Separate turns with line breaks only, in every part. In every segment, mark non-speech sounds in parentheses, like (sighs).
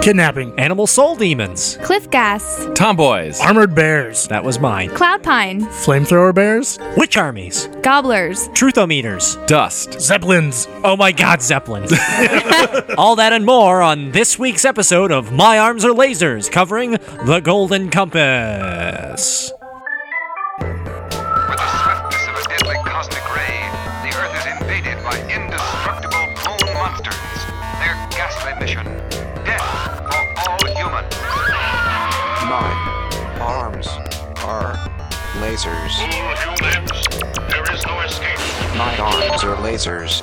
Kidnapping.
Animal soul demons.
Cliff Gas,
Tomboys.
Armored bears.
That was mine.
Cloud Pine,
Flamethrower bears.
Witch armies.
Gobblers,
Truthometers.
Dust.
Zeppelins.
Oh my god, Zeppelins. (laughs) All that and more on this week's episode of My Arms Are Lasers covering the Golden Compass.
With the swiftness of a deadly cosmic ray, the Earth is invaded by indestructible clone monsters. Their ghastly mission death for all humans.
My arms are lasers.
humans, there is no escape.
My arms are lasers.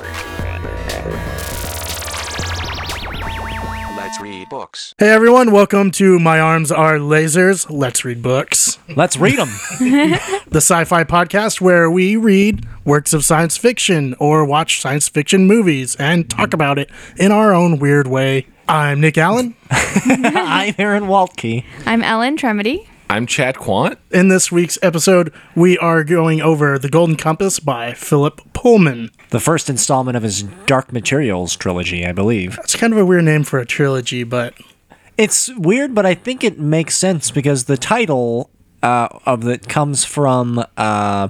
Let's read books.
Hey everyone, welcome to My Arms Are Lasers. Let's read books.
Let's read them.
The sci fi podcast where we read works of science fiction or watch science fiction movies and talk about it in our own weird way. I'm Nick Allen.
I'm Aaron Waltke.
I'm Ellen Tremedy.
I'm Chad Quant.
In this week's episode, we are going over The Golden Compass by Philip Pullman.
The first installment of his Dark Materials trilogy, I believe.
It's kind of a weird name for a trilogy, but
It's weird, but I think it makes sense because the title uh, of it comes from. Uh,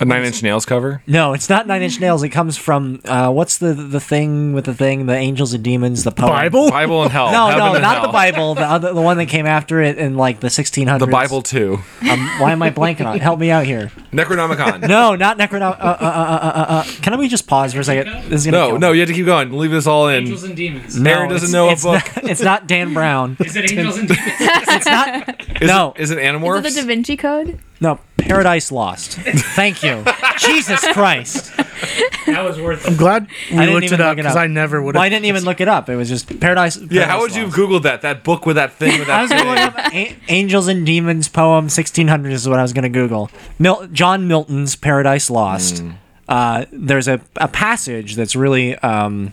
A Nine Inch Nails cover.
no, it's not Nine Inch Nails. It comes from uh, what's the the thing with the thing, the angels and demons, the poem.
Bible? Oh,
Bible and
(laughs)
Hell.
No,
Heaven
no,
and
not
Hell.
the Bible. The other, the one that came after it in like the 1600s.
The Bible too.
Um, why am I blanking on? it? Help me out here.
Necronomicon.
No, not Necronom. Uh, uh, uh, uh, uh, uh. Can we just pause for a second? This is gonna
no,
kill
no,
me.
you have to keep going. Leave this all in.
Angels and Demons.
No,
Aaron doesn't
it's-
know a
it's
book.
not- (laughs) it's not Dan Brown.
Is it Angels and Demons?
It's not.
Is
no.
it, is it
Is
Animorphs?
it the Da Vinci Code?
No, Paradise Lost. Thank you. Jesus Christ.
That was worth
I'm
it.
glad
I
we
didn't
looked
even
it up
look it
because
up.
I never would have.
Well, I didn't even look it up. It was just Paradise.
yeah,
Paradise
how would you have
Lost.
googled that? That book with that thing with
I
that
was gonna look up
thing.
(laughs) A- Angels and Demons poem 1600 is what I was gonna Google. Mil- John Milton's Paradise Lost. Uh, there's a, a passage that's really um,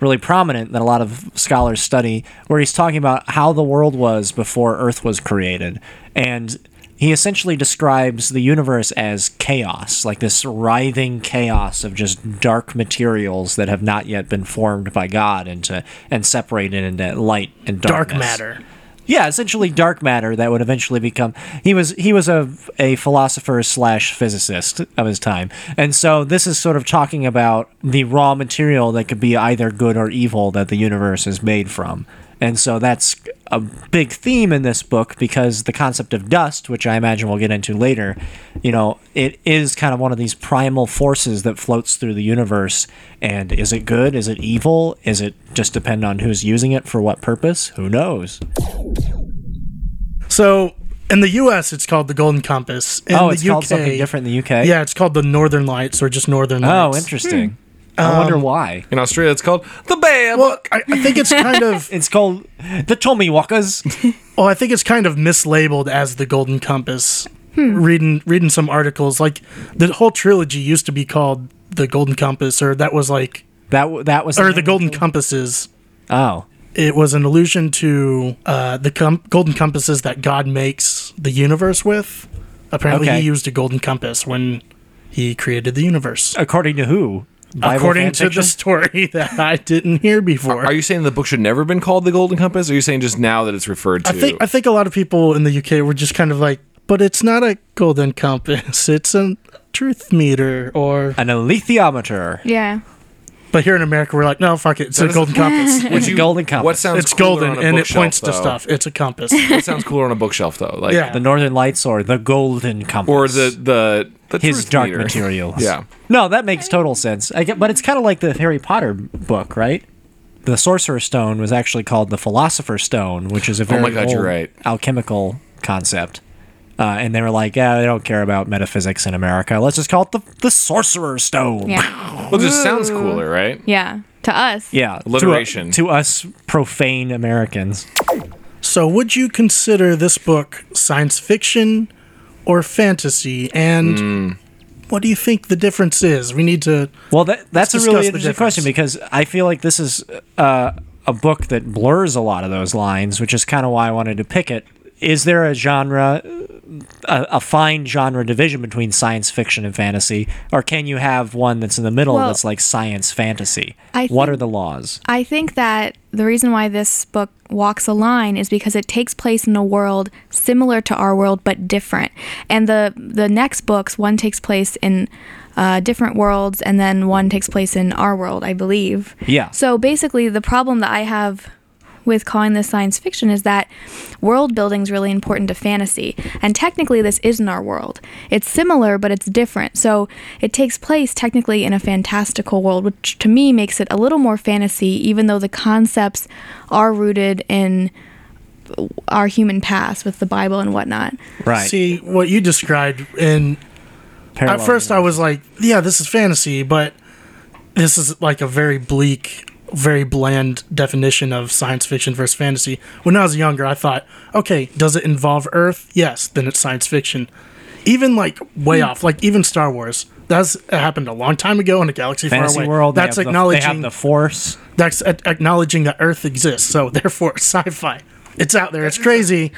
really prominent that a lot of scholars study where he's talking about how the world was before Earth was created, and he essentially describes the universe as chaos, like this writhing chaos of just dark materials that have not yet been formed by God into and separated into light and
dark
darkness.
matter.
Yeah, essentially dark matter that would eventually become. He was he was a a philosopher slash physicist of his time, and so this is sort of talking about the raw material that could be either good or evil that the universe is made from, and so that's a big theme in this book because the concept of dust, which I imagine we'll get into later, you know, it is kind of one of these primal forces that floats through the universe. And is it good? Is it evil? Is it just depend on who's using it for what purpose? Who knows?
So in the U.S., it's called the Golden Compass. In
oh,
the
it's called
UK,
something different in the UK.
Yeah, it's called the Northern Lights or just Northern
Oh,
Lights.
interesting.
Hmm.
I
Um,
wonder why.
In Australia, it's called the Bear.
Well, Hmm. I, I think it's kind
(laughs)
of.
It's called the
(laughs)
Tommy Walkers.
Well, I think it's kind of mislabeled as the Golden Compass.
Hmm.
Reading reading some articles, like the whole trilogy used to be called the Golden Compass, or that was like,
That w- that was
or the Golden Compasses.
Oh,
It was an allusion to uh, the com- Golden Compasses that God makes the universe with. Apparently,
Okay.
he used a golden compass when he created the universe.
according to who? Bible
according
fan
to the
fiction?
story (laughs) that I didn't hear before.
Are you saying the book should never have been called The Golden Compass? Or are you saying just now that it's referred to?
I think I think a lot of people in the UK were just kind of like, but it's not a golden compass; (laughs) it's a truth meter. Or
an alethiometer.
Yeah.
but here in America, we're like, no, fuck it, it's a
is-
golden
(laughs)
compass.
Would you-
Golden Compass.
What sounds
It's
cooler on
golden
a
and it
bookshelf,
points
though?
to stuff. It's a (laughs) compass.
What sounds cooler on a bookshelf though? Like
Yeah.
The Northern Lights or the Golden Compass.
or the the, the
his
truth
dark
meter.
materials.
Yeah.
No, that makes total sense. I get, but it's kind of like the Harry Potter book, right? The Sorcerer's Stone was actually called the Philosopher's Stone, which is a very
Oh my God,
old
you're right.
alchemical concept. Uh, and they were like, yeah, they don't care about metaphysics in America. Let's just call it the, the Sorcerer's Stone.
Yeah.
Well, it just sounds cooler, right?
Yeah. To us.
Yeah, to-
Alliteration.
To, us profane Americans.
so, would you consider this book science fiction or fantasy? And
Hmm.
what do you think the difference is? We need to.
Well, that, that's a
discuss
really
the
interesting
difference.
question because I feel like this is uh, a book that blurs a lot of those lines, which is kind of why I wanted to pick it. is there a genre, a, a fine genre division between science fiction and fantasy, or can you have one that's in the middle
Well,
that's like science fantasy?
I
what
think-
are the laws?
I think that the reason why this book walks a line is because it takes place in a world similar to our world but different. And the the next books, one takes place in uh, different worlds, and then one takes place in our world, I believe.
Yeah.
So basically, the problem that I have with calling this science fiction is that world building is really important to fantasy. And technically, this isn't our world. It's similar, but it's different. So it takes place technically in a fantastical world, which to me makes it a little more fantasy, even though the concepts are rooted in our human past with the Bible and whatnot.
Right.
See what you described, and at
Parallel
first I
universe.
was like, "Yeah, this is fantasy," but this is like a very bleak, very bland definition of science fiction versus fantasy. When I was younger, I thought, "Okay, does it involve Earth? Yes, then it's science fiction." Even like way
Hmm.
off, like even Star Wars. That's it happened a long time ago in a galaxy
fantasy
far away.
world.
That's
they have
acknowledging
The, they have the force.
that's a- acknowledging that Earth exists. So (laughs) therefore, it's sci-fi. It's out there. It's crazy.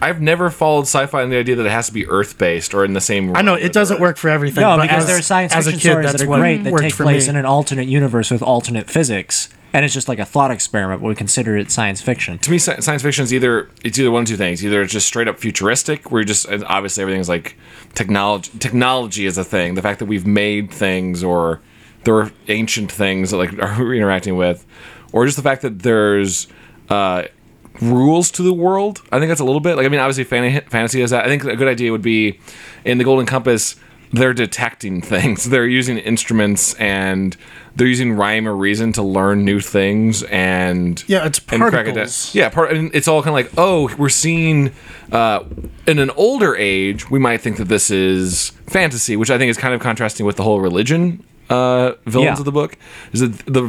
I've never followed sci-fi in the idea that it has to be Earth-based or in the same.
I know
realm
it
as
doesn't
Earth.
work for everything.
No,
but
because
as-
there are science
as a
fiction
kid,
stories
that's
that are
what
great that
worked
take
for
place
me.
in an alternate universe with alternate physics, and it's just like a thought experiment. But we consider it science fiction.
to me, sci- science fiction is either it's either one of two things. Either it's just straight up futuristic, where you just and obviously everything's like technology. Technology is a thing. The fact that we've made things or there are ancient things that like (laughs) are we're interacting with, or just the fact that there's uh, rules to the world. I think that's a little bit like I mean, obviously fan- fantasy is that. I think a good idea would be in the Golden Compass. They're detecting (laughs) things. They're using instruments and they're using rhyme or reason to learn new things and
Yeah, it's
and crack it down.
particles.
Yeah, part, and it's all kind of like, oh, we're seeing uh, in an older age, we might think that this is fantasy, which I think is kind of contrasting with the whole religion uh, villains
Yeah.
of the book. Is that the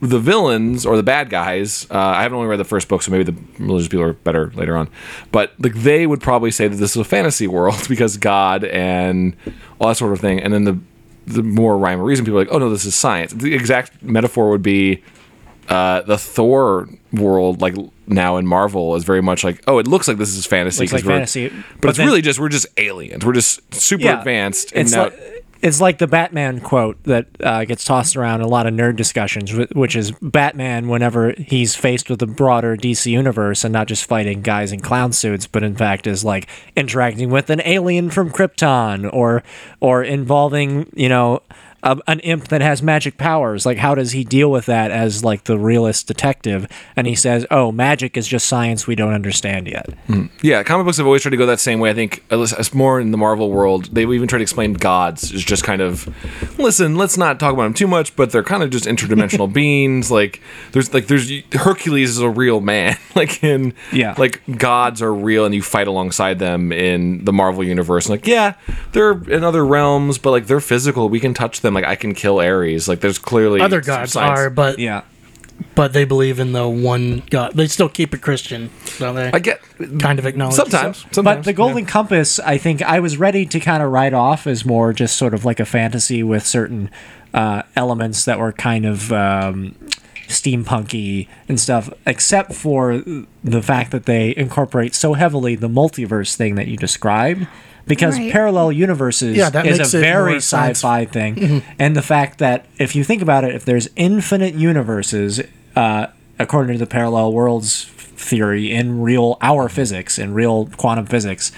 the villains or the bad guys? Uh, I haven't only read the first book, so maybe the religious people are better later on. But like they would probably say that this is a fantasy world (laughs) because God and all that sort of thing, and then the the more rhyme or reason people are like, oh no, this is science. The exact metaphor would be uh, the Thor world, like now in Marvel, is very much like, oh, it looks like this is fantasy,
Looks like
'cause we're-
fantasy,
but,
but
it's
then-
really just we're just aliens. We're just super advanced. And
It's
now,
like, it's like the Batman quote that uh, gets tossed around in a lot of nerd discussions, wh- which is Batman, whenever he's faced with the broader DC universe and not just fighting guys in clown suits, but in fact is like interacting with an alien from Krypton or or involving you know a, an imp that has magic powers. Like, how does he deal with that as like the realist detective? And he says, "Oh, magic is just science we don't understand yet."
yeah, comic books have always tried to go that same way. I think at least- it's more in the Marvel world. They even try to explain gods is just kind of, listen, let's not talk about them too much, but they're kind of
(laughs)
just interdimensional beings. Like there's like there's Hercules is a real man. (laughs) like in
Yeah.
like gods are real and you fight alongside them in the Marvel universe. And like, yeah, they're in other realms, but like they're physical. We can touch them. Like I can kill Ares. Like there's clearly
Other
some
gods
science.
are, but
Yeah.
but they believe in the one god. They still keep it Christian, so they
I get
kind of acknowledge.
sometimes. Sometimes,
But the Golden Compass, I think I was ready to kind of write off as more just sort of like a fantasy with certain uh, elements that were kind of um, steampunky and stuff, except for the fact that they incorporate so heavily the multiverse thing that you described. Because
Right.
parallel universes
Yeah, that
is
makes
a
it
very
more Mm-hmm. science-
sci-fi thing, and the fact that if you think about it, if there's infinite universes, uh, according to the parallel worlds theory in real our physics in real quantum physics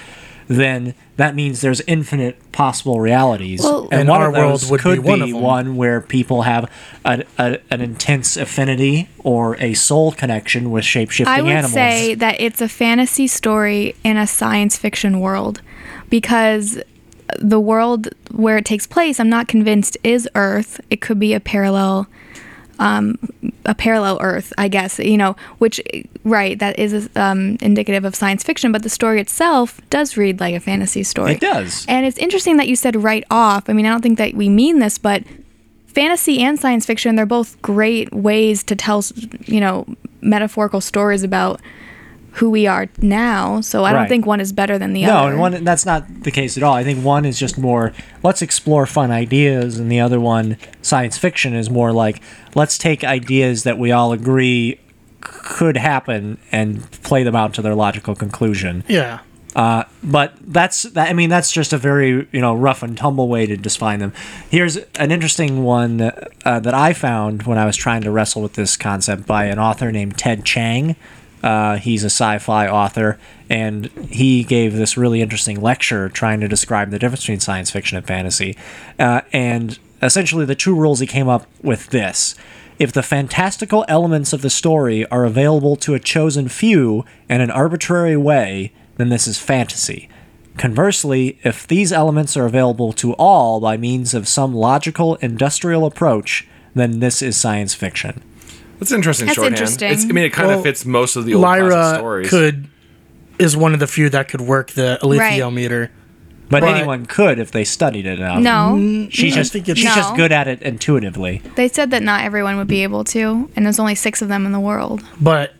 then that means there's infinite possible realities
Well-
And
one
our
of those
world would
could
be one of them.
one where people have a, a, an intense affinity or a soul connection with shape-shifting
I would
animals
say that it's a fantasy story in a science fiction world because the world where it takes place, I'm not convinced, is Earth. It could be a parallel. Um, a parallel Earth, I guess, you know, which, right, that is um, indicative of science fiction, but the story itself does read like a fantasy story.
it does
And it's interesting that you said right off. I mean, I don't think that we mean this, but fantasy and science fiction, they're both great ways to tell, you know, metaphorical stories about who we are now. So I
Right.
don't think one is better than the other.
No, and one that's not the case at all. I think one is just more let's explore fun ideas, and the other one, science fiction, is more like let's take ideas that we all agree could happen and play them out to their logical conclusion.
Yeah.
Uh, but that's that, I mean that's just a very you know rough and tumble way to define them. Here's an interesting one uh, that I found when I was trying to wrestle with this concept by an author named Ted Chang. Uh, he's a sci-fi author, and he gave this really interesting lecture trying to describe the difference between science fiction and fantasy. Uh, and essentially, the two rules he came up with this: if the fantastical elements of the story are available to a chosen few in an arbitrary way, then this is fantasy. Conversely, if these elements are available to all by means of some logical industrial approach, then this is science fiction.
That's interesting.
That's
shorthand.
interesting.
It's, I mean, it kind
Well,
of fits most of the old classic
Lyra
stories.
could is one of the few that could work the alethiometer.
But
Right.
anyone could if they studied it enough.
No,
she's
I
just
think it's-
she's just
No.
good at it intuitively.
they said that not everyone would be able to, and there's only six of them in the world,
But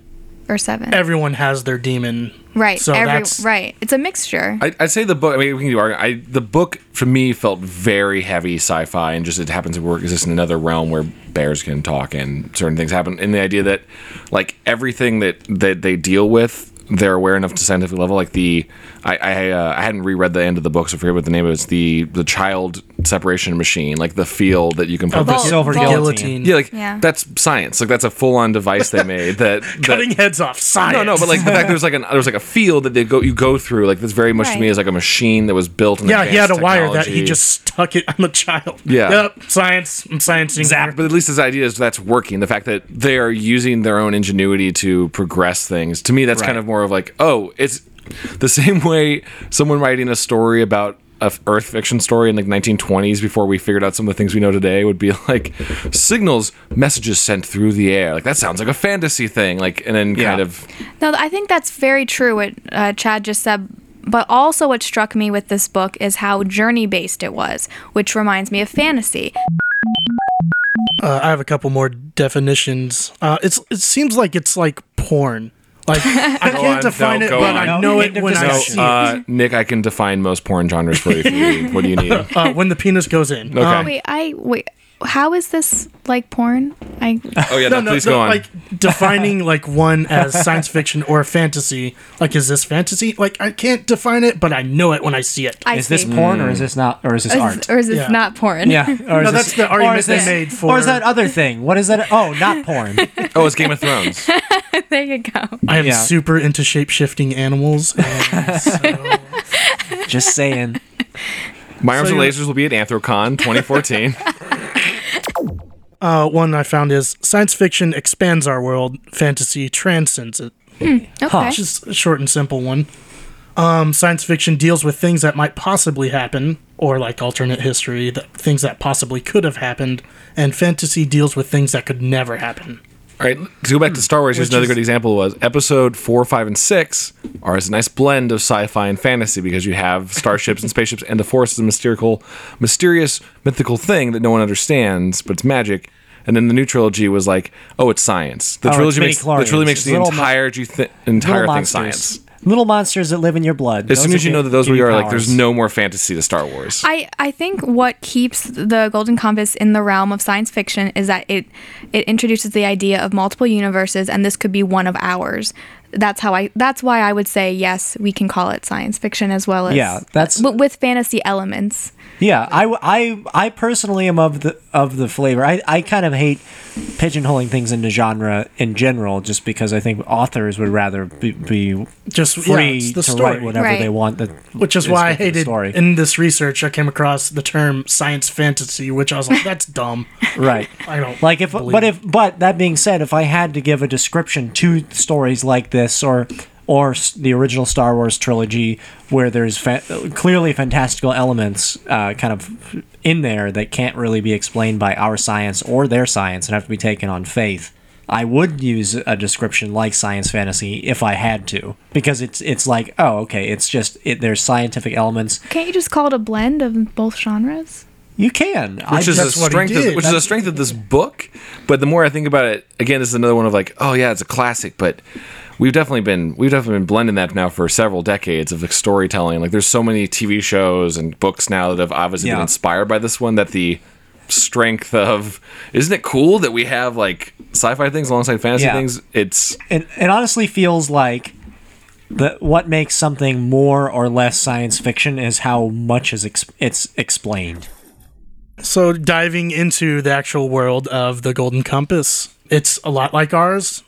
or seven.
everyone has their demon.
right.
So
every,
that's
right. It's a mixture.
I, I'd say the book. I mean, we can do our. I, the book for me felt very heavy sci-fi, and just it happens to work exist in another realm where bears can talk and certain things happen. And the idea that, like everything that that they deal with, they're aware enough to scientific level. Like the, I I, uh, I hadn't reread the end of the book, so I forget what the name of it. It's the the child separation machine, like the field that you can put.
of Oh, the
Vault-
gu-
silver
guillotine.
guillotine.
yeah, like
Yeah.
that's science. Like that's a full-on device they made that, that
Cutting heads off. Science.
no, no, but like the fact there was like an there was like a field that they go you go through like this very much to me
Right.
is like a machine that was built. In
yeah, he had a
advanced
wire that he
technology.
just stuck it on the child.
Yeah.
Yep. Science. I'm sciencing.
Zap. But at least his idea is that's working. The fact that they are using their own ingenuity to progress things. To me, that's kind
Right.
of more of like, oh, it's the same way someone writing a story about a f- Earth fiction story in like 1920s before we figured out some of the things we know today would be (laughs) like signals, messages sent through the air. Like that sounds like a fantasy thing. Like and then kind
Yeah.
of
No, I think that's very true what uh, Chad just said. But also, what struck me with this book is how journey based it was, which reminds me of fantasy.
Uh, I have a couple more definitions. Uh, it's it seems like it's like porn. Like I can't
on,
define
no,
it,
go
but
on.
I
No,
know
end
it
of
when I
discussion.
see (laughs)
No, uh, Nick, I can define most porn genres for you. If you need. What do you need?
it. Uh, when the penis goes in.
Okay.
Wait, I wait. How is this like porn? I
(laughs) Oh yeah,
no,
no,
no,
please
no,
go on.
like defining like one as science fiction or fantasy. Like, is this fantasy? Like, I can't define it, but I know it when I see it.
I
Is this
see.
porn or is this not or is this
Or is-
art?
or is this
Yeah.
not porn?
yeah, or
Mm. No,
is
that's the argument
or is
they
this-
made
Or
for-
is that other thing? What is that? Oh, not
(laughs)
porn.
oh, it's Game
(laughs)
of Thrones.
there you go.
I am
Yeah.
super into shape shifting animals. And so,
just saying.
My arms
So
and
you're-
lasers will be at Anthrocon 2014.
(laughs) uh, one I found is science fiction expands our world, fantasy transcends it.
Okay.
Which is Ah, a short and simple one. Um, science fiction deals with things that might possibly happen, or like alternate history, the things that possibly could have happened, and fantasy deals with things that could never happen.
All right, to go back to Star Wars, here's
Which
another
is-
good example was episode four, five, and six are as a nice blend of sci-fi and fantasy because you have starships and spaceships, and the Force is a mystical, mysterious, mythical thing that no one understands, but it's magic. And then the new trilogy was like, oh, it's science.
Oh,
The
it's
trilogy makes the
midi-chlorians.
trilogy makes
It's
the
little mon-
entire thi- entire
Little
thing
monsters.
science.
Little monsters that live in your blood.
As soon as you know that those we are, like,
powers.
there's no more fantasy to Star Wars.
I, I think what keeps the Golden Compass in the realm of science fiction is that it it introduces the idea of multiple universes and this could be one of ours. That's how I that's why I would say yes, we can call it science fiction as well as
Yeah, that's-
but with fantasy elements.
Yeah, I, w- I- I personally am of the of the flavor. I, I kind of hate pigeonholing things into genre in general, just because I think authors would rather be, be
Just yeah,
free
it's
to
the story.
write whatever
Right.
they want. That
which is why I
good for the
hated
story.
in this research. I came across the term science fantasy, which I was like, that's dumb.
right.
I don't
(laughs) Like if,
believe
but
it.
if, but that being said, if I had to give a description to stories like this, or or s- the original Star Wars trilogy, where there's fa- clearly fantastical elements, uh, kind of in there that can't really be explained by our science or their science, and have to be taken on faith. I would use a description like science fantasy if I had to, because it's it's like oh okay, it's just it, there's scientific elements.
Can't you just call it a blend of both genres?
You can, I
which is
just-
the
that's what he
strength,
did.
of, which is the
That's-
strength of this book. But the more I think about it, again, this is another one of like, oh yeah, it's a classic, but we've definitely been we've definitely been blending that now for several decades of like storytelling. Like, there's so many TV shows and books now that have obviously
Yeah.
been inspired by this one that the strength of isn't it cool that we have like sci-fi things alongside fantasy
Yeah.
things? It's
it, it honestly feels like the, what makes something more or less science fiction is how much is ex- it's explained.
So diving into the actual world of the Golden Compass, it's a lot like ours,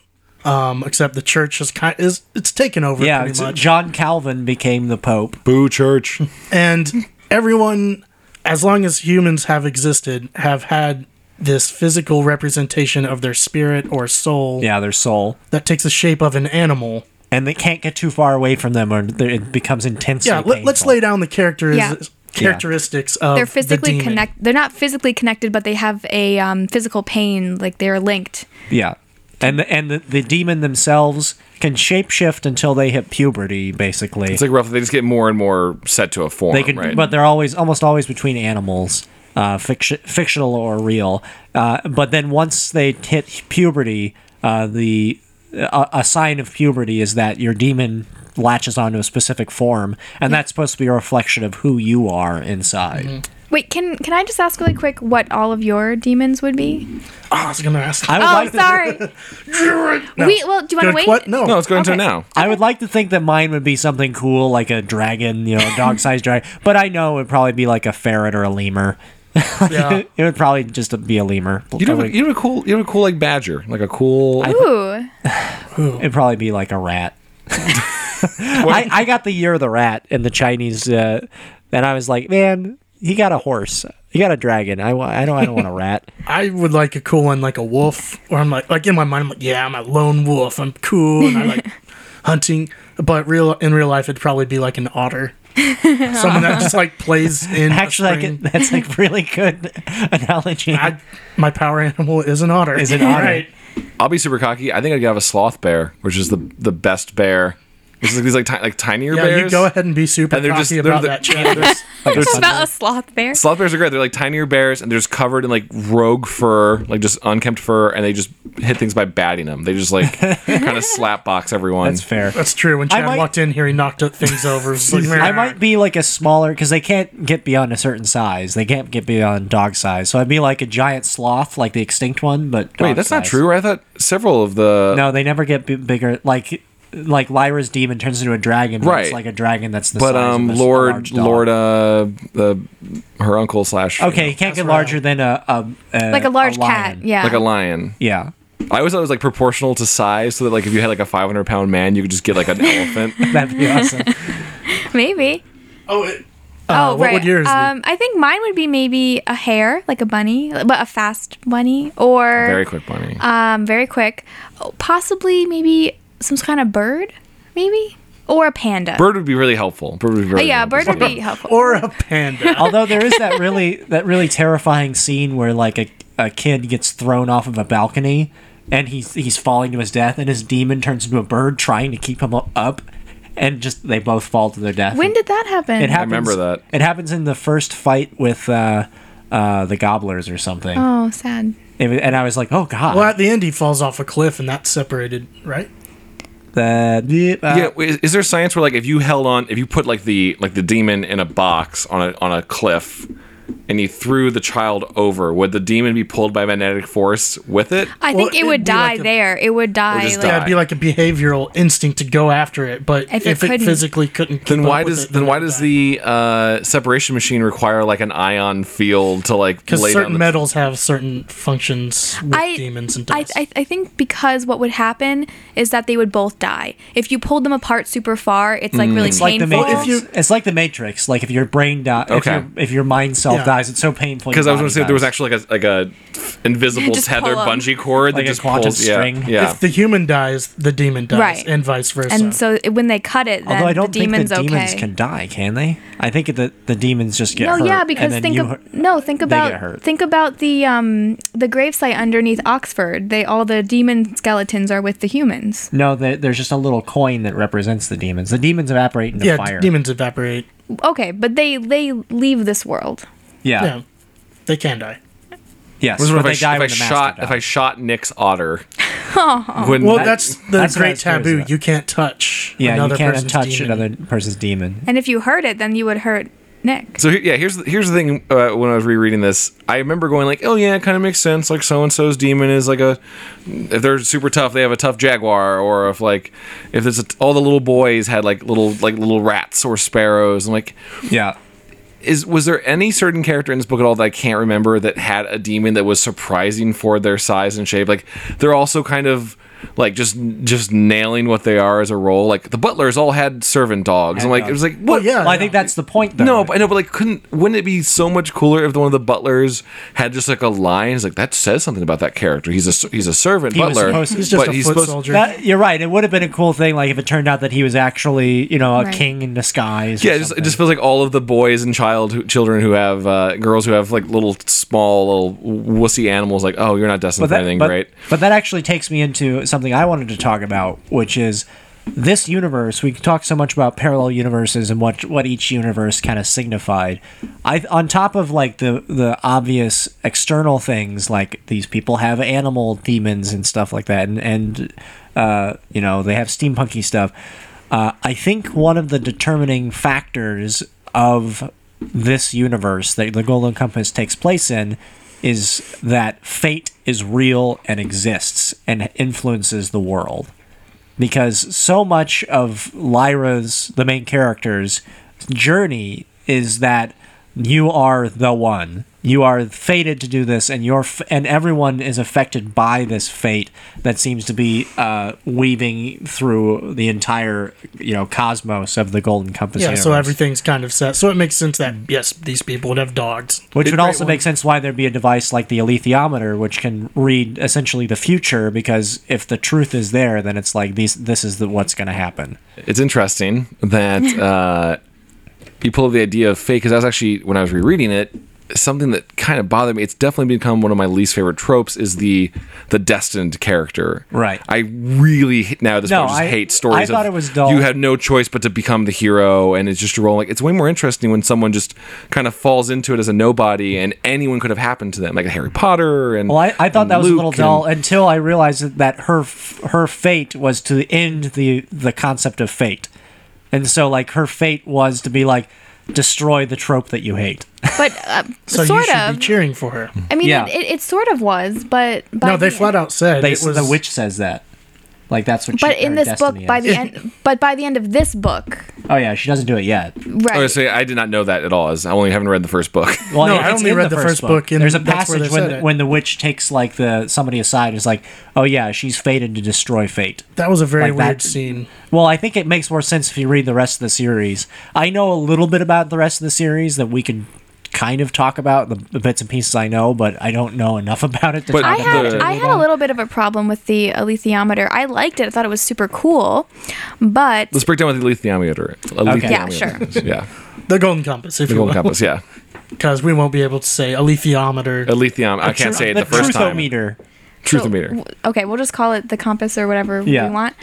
um, except the church is kind is it's taken over
Yeah,
pretty
it's-
much,
John Calvin became the Pope.
boo church.
and everyone, as long as humans have existed, have had this physical representation of their spirit or soul
(laughs) Yeah, their soul,
that takes the shape of an animal.
and they can't get too far away from them, or they- it becomes intensely.
Yeah, let, let's
painful.
lay down the characteri-
Yeah.
characteristics of
they're physically
the demon.
connect. They're not physically connected, but they have a um, physical pain. Like they're linked.
Yeah. And the, and the, the demon themselves can shapeshift until they hit puberty, basically.
It's like roughly they just get more and more set to a form,
they can,
right?
but they're always almost always between animals, uh, fiction, fictional or real. Uh, but then once they hit puberty, uh, the uh, a, a sign of puberty is that your demon latches onto a specific form, and that's supposed to be a reflection of who you are inside.
Mm-hmm.
Wait, can can I just ask really quick what all of your demons would be?
Oh, I was gonna ask.
I would
(laughs) Oh,
like to,
(laughs)
sorry. We well, do you want to
Good,
wait?
What? No.
no, let's go into it
Okay.
now.
I would like to think that mine would be something cool, like a dragon, you know, dog sized dragon. But I know it would probably be like a ferret or a lemur. (laughs)
Yeah.
it would probably just be a lemur.
You
I
have, a,
would-
you have a cool, you have a cool like badger, like a cool.
Ooh,
It'd probably be like a rat. I, I got the year of the rat in the Chinese, uh, and I was like, man, he got a horse. He got a dragon. I, wa- I don't. I don't want a rat.
I would like a cool one, like a wolf, or I'm like, like in my mind, I'm like, yeah, I'm a lone wolf. I'm cool, and I like
(laughs)
hunting. But real in real life, it'd probably be like an
(laughs)
otter, someone that just like plays in.
Actually,
a
I
spring.
can, that's like really good (laughs) analogy.
I- my power animal is an otter. (laughs)
Is an otter.
I'll be super cocky. I think I'd have a sloth bear, which is the the best bear. It's like these like ti- like tinier
Yeah,
bears.
you go ahead and be super
And they're
cocky
just- they're
about
the- (laughs)
that. Chandler.
about a sloth bear.
Sloth bears are great. They're like tinier bears, and they're just covered in like rogue fur, like just unkempt fur, and they just hit things by batting them. They just
(laughs)
like kind of slap box everyone.
that's fair.
That's true. When
I
Chad
might-
walked in here, he knocked up things
(laughs)
over. It was like,
I might be like a smaller because they can't get beyond a certain size. They can't get beyond dog size. So I'd be like a giant sloth, like the extinct one. But
Wait,
dog
that's not
size.
true. I thought several of the
No, they never get b- bigger. Like like Lyra's demon turns into a dragon. But
Right.
it's like a dragon that's the
but
size
um
of a, a large
Lord
dog.
Lord uh the her uncle slash
Okay, you can't get larger than a, a, a
like a large
lion.
cat. Yeah.
like a lion.
Yeah.
I always thought it was like proportional to size, so that like if you had like a 500 pound man, you could just get
(laughs)
like an elephant.
That'd be awesome.
Maybe.
oh, it,
Oh,
what
right.
would yours be?
um, I think mine would be maybe a hare, like a bunny, but a fast bunny, or
Very quick bunny.
um, very quick. Oh, Possibly maybe some kind of bird, maybe or a panda.
bird would be really helpful. Bird would be
Oh,
really
yeah, a
helpful.
bird would be helpful.
or a
(laughs)
panda.
Although there is that really that really terrifying scene where like a, a kid gets thrown off of a balcony and he's he's falling to his death and his demon turns into a bird trying to keep him u- up and just they both fall to their death.
when did that happen?
it happens,
remember that.
It happens in the first fight with uh, uh, the gobblers or something.
oh, sad.
It wa- and I was like, oh god.
Well, at the end, he falls off a cliff, and that's separated, right?
The, uh,
Yeah, wait, is, is there science where like if you held on, if you put like the like the demon in a box on a on a cliff, and you threw the child over, would the demon be pulled by magnetic force with it?
I
Well,
think it
it'd
would
be
die
like a-
there. It would die.
just
like,
die.
That'd be like a behavioral instinct to go after it, but
If
if,
it
it,
couldn't-
physically couldn't, keep
Then
up
why
with
does
it,
then why
it
does
would die.
the uh, separation machine require like an ion field to like
because
lay down
certain
the-
metals have certain functions with
I-
demons and
I,
dust.
I, I think because what would happen is that they would both die. If you pulled them apart super far, it's like
Mm.
really
It's like the
painful.
Matrix.
if you-
it's like the Matrix. Like if your brain dies,
Okay.
if, your, if your mind self
Yeah.
dies, it's so painful.
Because I
your
was going
body
to say there was
dies.
actually like a like a
(laughs)
invisible
Just
tether
pull 'em.
bungee cord
Like
that
a
just
quantum
pulls.
string.
Yeah,
if the human dies, the demon dies,
Right.
and vice versa.
and so it- when they cut it, then
Although I don't
the
think
demon's
the demons
okay.
can die, can they? I think that the demons just get
no,
hurt.
yeah,
and
because
then
think
you
of
hurt-
no, think
get hurt.
about think about the um the gravesite underneath Oxford. They all the demon skeletons are with the humans.
no, there- there's just a little coin that represents the demons. The demons evaporate into
yeah, d-
fire.
demons evaporate.
Okay, but they they leave this world.
Yeah.
Yeah, they can die.
Yes.
I was
but
wondering
they
if
die
I, sh- if I
when the master
shot if I
dies.
shot Nick's
(laughs)
otter. wouldn't-
Well,
I-
that's the
that's what I
great
was curious
taboo.
about.
You can't touch.
yeah, you
another
can't
person's
touch
demon.
another person's demon.
And if you hurt it, then you would hurt Nick.
So he- yeah, here's the, here's the thing. Uh, when I was rereading this, I remember going like, "Oh yeah, it kind of makes sense." Like so and so's demon is like a if they're super tough, they have a tough jaguar, or if like if there's a, all the little boys had like little like little rats or sparrows. I'm like,
Yeah.
is was there any certain character in this book at all that I can't remember that had a demon that was surprising for their size and shape? Like they're also kind of like just just nailing what they are as a role. Like the butlers all had servant dogs. I'm like, it was like what?
yeah.
Well, I think that's the point, though.
No, but I know, but like, couldn't wouldn't it be so much cooler if one of the butlers had just like a line? It's like that says something about that character. He's a he's a servant
He was
butler.
supposed-
He's just
but
a
he's
foot
supposed-
soldier.
That, you're right. It would have been a cool thing, like if it turned out that he was actually, you know, a
Right.
king in disguise. or
Yeah, it just, it
something.
just feels like all of the boys and child who, children who have uh, girls who have like little small little wussy animals. Like, oh, you're not destined
but that,
for anything
but,
great.
but that actually takes me into something I wanted to talk about, which is this universe. We talk so much about parallel universes and what what each universe kind of signified. I on top of like the the obvious external things, like these people have animal demons and stuff like that, and and uh, you know they have steampunky stuff. Uh, I think one of the determining factors of this universe that the Golden Compass takes place in is that fate is real and exists and influences the world. Because so much of Lyra's, the main character's journey, is that you are the one. You are fated to do this, and you're f- and everyone is affected by this fate that seems to be uh, weaving through the entire you know cosmos of the Golden Compass.
yeah, so
universe.
everything's kind of set. So it makes sense that yes, these people would have dogs.
Which
Big
would
great
also
one.
make sense why there'd be a device like the alethiometer, which can read essentially the future, because if the truth is there, then it's like these. This is the, what's going to happen.
It's interesting
(laughs)
that uh, you pull up the idea of fate because that's actually when I was rereading it, something that kind of bothered me. It's definitely become one of my least favorite tropes is the the destined character.
Right.
I really h- now at this
No,
point just
I-
hate stories.
I thought
of
it was dull.
You have no choice but to become the hero, and it's just a role. Like it's way more interesting when someone just kind of falls into it as a nobody, and anyone could have happened to them, like a Harry Potter. And
Well, I, I thought
and
that was a little
Luke and-
dull until I realized that- that her f- her fate was to end the the concept of fate, and so like her fate was to be like destroy the trope that you hate.
But uh,
So you
sort
should
of.
be cheering for her.
I mean,
Yeah.
it, it, it sort of was, but by
No, they
the-
flat out said
They,
it was
the witch says that. Like that's what.
But
she,
in
her
this book,
destiny
by
is. (laughs)
the end, but by the end of this book,
oh yeah, she doesn't do it yet.
Oh,
right?
so yeah, I did not know that at all. As I only haven't read the first book. (laughs)
Well,
No,
it-
I
it's
only
in
read the first book, and
There's a
that's where they
passage when
said
the,
it.
when the witch takes like the somebody aside and is like, "Oh yeah, she's fated to destroy fate."
that was a very
like
weird
that-
scene.
Well, I think it makes more sense if you read the rest of the series. I know a little bit about the rest of the series that we could kind of talk about the, the bits and pieces I know, but I don't know enough (laughs) about it to
But
talk
I
the-
about
had
it.
I had a little bit of a problem with the alethiometer. I liked it. I thought it was super cool, but
Let's break down with the alethiometer.
Okay.
Yeah,
Alethiometer. Yeah.
The Golden Compass, if
The
you
golden
will,
compass, yeah.
because we won't be able to say alethiometer.
A lithium. I can't say it the, first time.
truthometer.
Truth
So,
meter.
w- Okay, we'll just call it the compass or whatever
Yeah.
we want.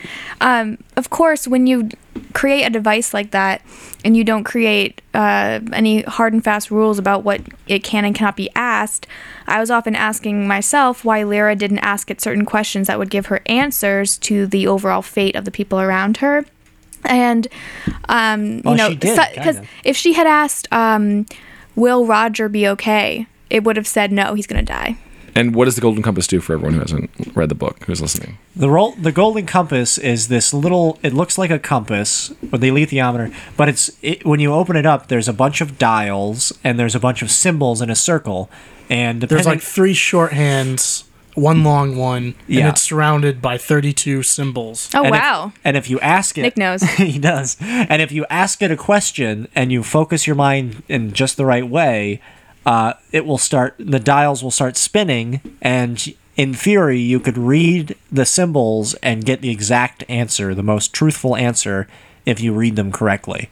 Um, of course, when you d- create a device like that and you don't create uh, any hard and fast rules about what it can and cannot be asked, I was often asking myself why Lyra didn't ask it certain questions that would give her answers to the overall fate of the people around her. And, um,
Well,
you know,
she did,
because
kinda.
if she had asked, um, Will Roger be okay? It would have said, no, he's going to die.
And what does the golden compass do for everyone who hasn't read the book, who's listening?
The roll, the golden compass is this little. It looks like a compass with the alethiometer, but it's it, when you open it up, there's a bunch of dials and there's a bunch of symbols in a circle, and
There's
depending-
like three shorthands, one long one,
Yeah.
and it's surrounded by 32 symbols.
Oh,
and if-
wow.
and if you ask it,
Nick
(laughs)
knows.
he does. And if you ask it a question and you focus your mind in just the right way, uh, it will start. The dials will start spinning, and in theory, you could read the symbols and get the exact answer, the most truthful answer, if you read them correctly.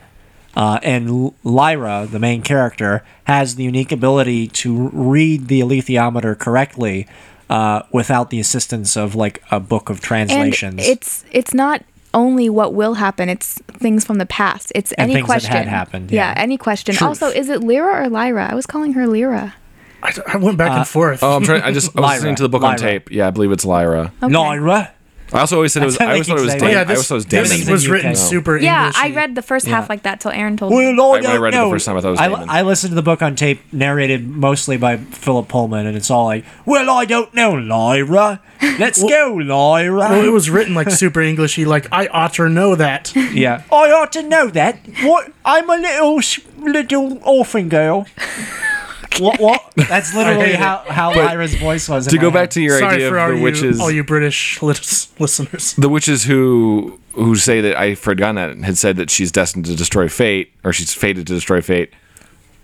Uh, and L- Lyra, the main character, has the unique ability to read the alethiometer correctly uh, without the assistance of like a book of translations.
And it's it's not only what will happen; it's things from the past. It's
And
any
things that
question
had happened, yeah.
any question. Also, is it Lyra or Lyra? I was calling her Lyra.
I,
Uh,
I went back and forth.
Oh, I'm trying. I just I was
Lyra.
listening to the book on
Lyra.
tape. Yeah, I believe it's Lyra.
Okay.
Lyra.
I also always said it was. I always thought it was.
Everything's
Dan,
Yeah,
I always thought it was
Oh, this
everything's
Damon.
in
was
UK.
written
No.
super
yeah,
English-y.
I read the first half like that till Aaron told me.
Well, no,
I- when I
no,
read it the
no.
first time, I thought it was
I,
Damon.
I listened to the book on tape, narrated mostly by Philip Pullman, and it's all like, "Well, I don't know, Lyra. Let's go, Lyra."
Well, it was written like super Englishy. Like I ought to know that.
yeah, I ought to know that. What? I'm a little s- little orphan girl. What? What? That's literally
hate it.
how how Lyra's voice was. in
To
my
go
head.
back to your
Sorry
idea
for all
of the
you,
witches,
all you British lit- listeners.
the witches who who say that I forgot that had said that she's destined to destroy fate or she's fated to destroy fate.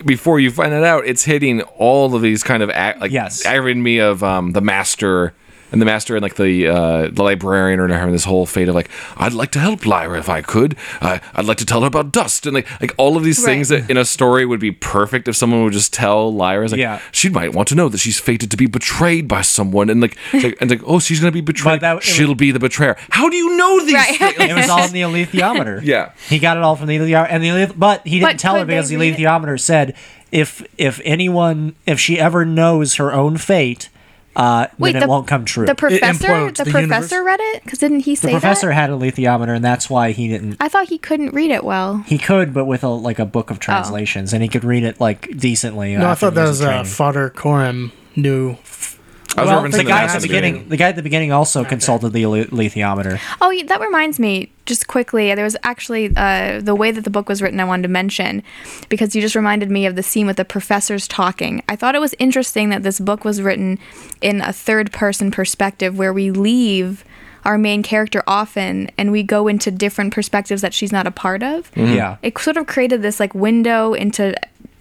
Before you find that out, it's hitting all of these kind of act, like
Yes.
aggravating me of um, the master and the master and like the uh, the librarian or having this whole fate of like I'd like to help Lyra if I could. Uh, I'd like to tell her about dust and like like all of these things
Right.
that in a story would be perfect if someone would just tell Lyra like
Yeah.
she might want to know that she's fated to be betrayed by someone and like, it's like- and it's like oh she's gonna be betrayed.
that- it
She'll
was-
be the betrayer. How do you know
(laughs)
these
Right.
things?
It was all in the alethiometer.
Yeah.
he got it all from the alethiometer, and the aleth- but he didn't
But
tell her
could they
because the
read it?
alethiometer said if if anyone if she ever knows her own fate, uh,
Wait,
then
the-
it won't come true.
The professor,
implodes
the,
the
professor
universe.
read it because didn't he say
The professor
that?
had a alethiometer, and that's why he didn't.
I thought he couldn't read it well.
He could, but with a like a book
Oh.
of translations, and he could read it like decently.
No, I
after
thought that
years
was
of
uh,
training.
Fodder Coram knew.
I was
well,
referencing
the guy
master
at the beginning, the guy at the beginning also consulted the ale- alethiometer.
Oh, yeah, that reminds me, just quickly, there was actually uh, the way that the book was written, I wanted to mention, because you just reminded me of the scene with the professors talking. I thought it was interesting that this book was written in a third person perspective where we leave our main character often and we go into different perspectives that she's not a part of.
Mm-hmm.
Yeah,
It sort of created this like window into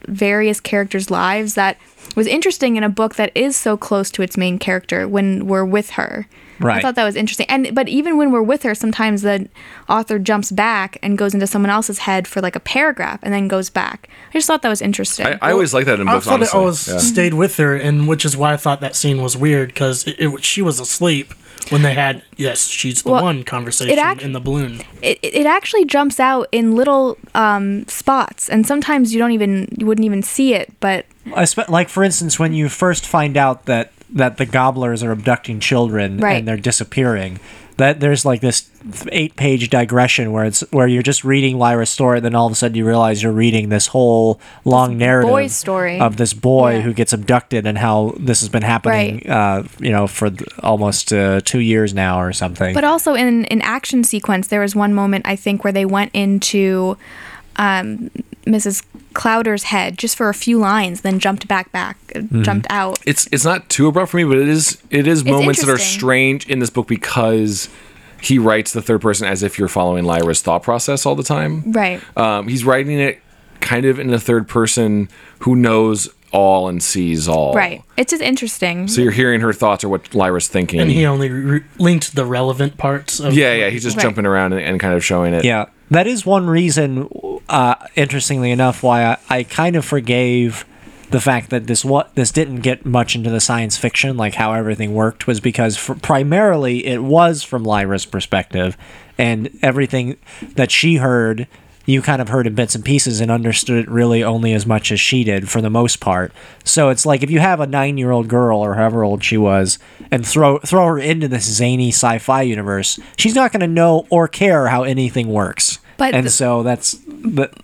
various characters' lives that was interesting in a book that is so close to its main character when we're with her. I
Right.
thought that was interesting. And but even when we're with her, sometimes the author jumps back and goes into someone else's head for like a paragraph and then goes back. I just thought that was interesting.
I, I always like that in
I
books.
thought it
honestly.
always
Yeah.
stayed with her, and which is why I thought that scene was weird because it, it, she was asleep when they had yes, she's the
Well,
one conversation
act-
in the balloon.
it, it actually jumps out in little um, spots and sometimes you don't even you wouldn't even see it, but
I spe- like for instance, when you first find out that that the gobblers are abducting children
Right.
and they're disappearing, that there's like this eight-page digression where it's where you're just reading Lyra's story, and then all of a sudden you realize you're reading this whole long narrative
boy's story.
of this boy
Yeah.
who gets abducted and how this has been happening,
Right.
uh, you know, for th- almost uh, two years now or something.
But also in an action sequence, there was one moment I think where they went into um, Mrs. Clouder's head just for a few lines, then jumped back, back, uh jumped out.
It's it's not too abrupt for me, but it is it is moments that are
interesting.
strange in this book because he writes the third person as if you're following Lyra's thought process all the time.
Right.
Um, he's writing it kind of in the third person who knows all and sees all.
Right. It's just interesting.
So you're hearing her thoughts or what Lyra's thinking.
And he only re- linked the relevant parts. Of
yeah, yeah. He's just
Right.
jumping around and, and kind of showing it.
Yeah, that is one reason, uh, interestingly enough, why I, I kind of forgave the fact that this what this didn't get much into the science fiction, like how everything worked, was because for, primarily it was from Lyra's perspective, and everything that she heard, you kind of heard in bits and pieces and understood it really only as much as she did for the most part. So it's like if you have a nine-year-old girl or however old she was, and throw throw her into this zany sci-fi universe, she's not going to know or care how anything works.
But
and
the-
so that's but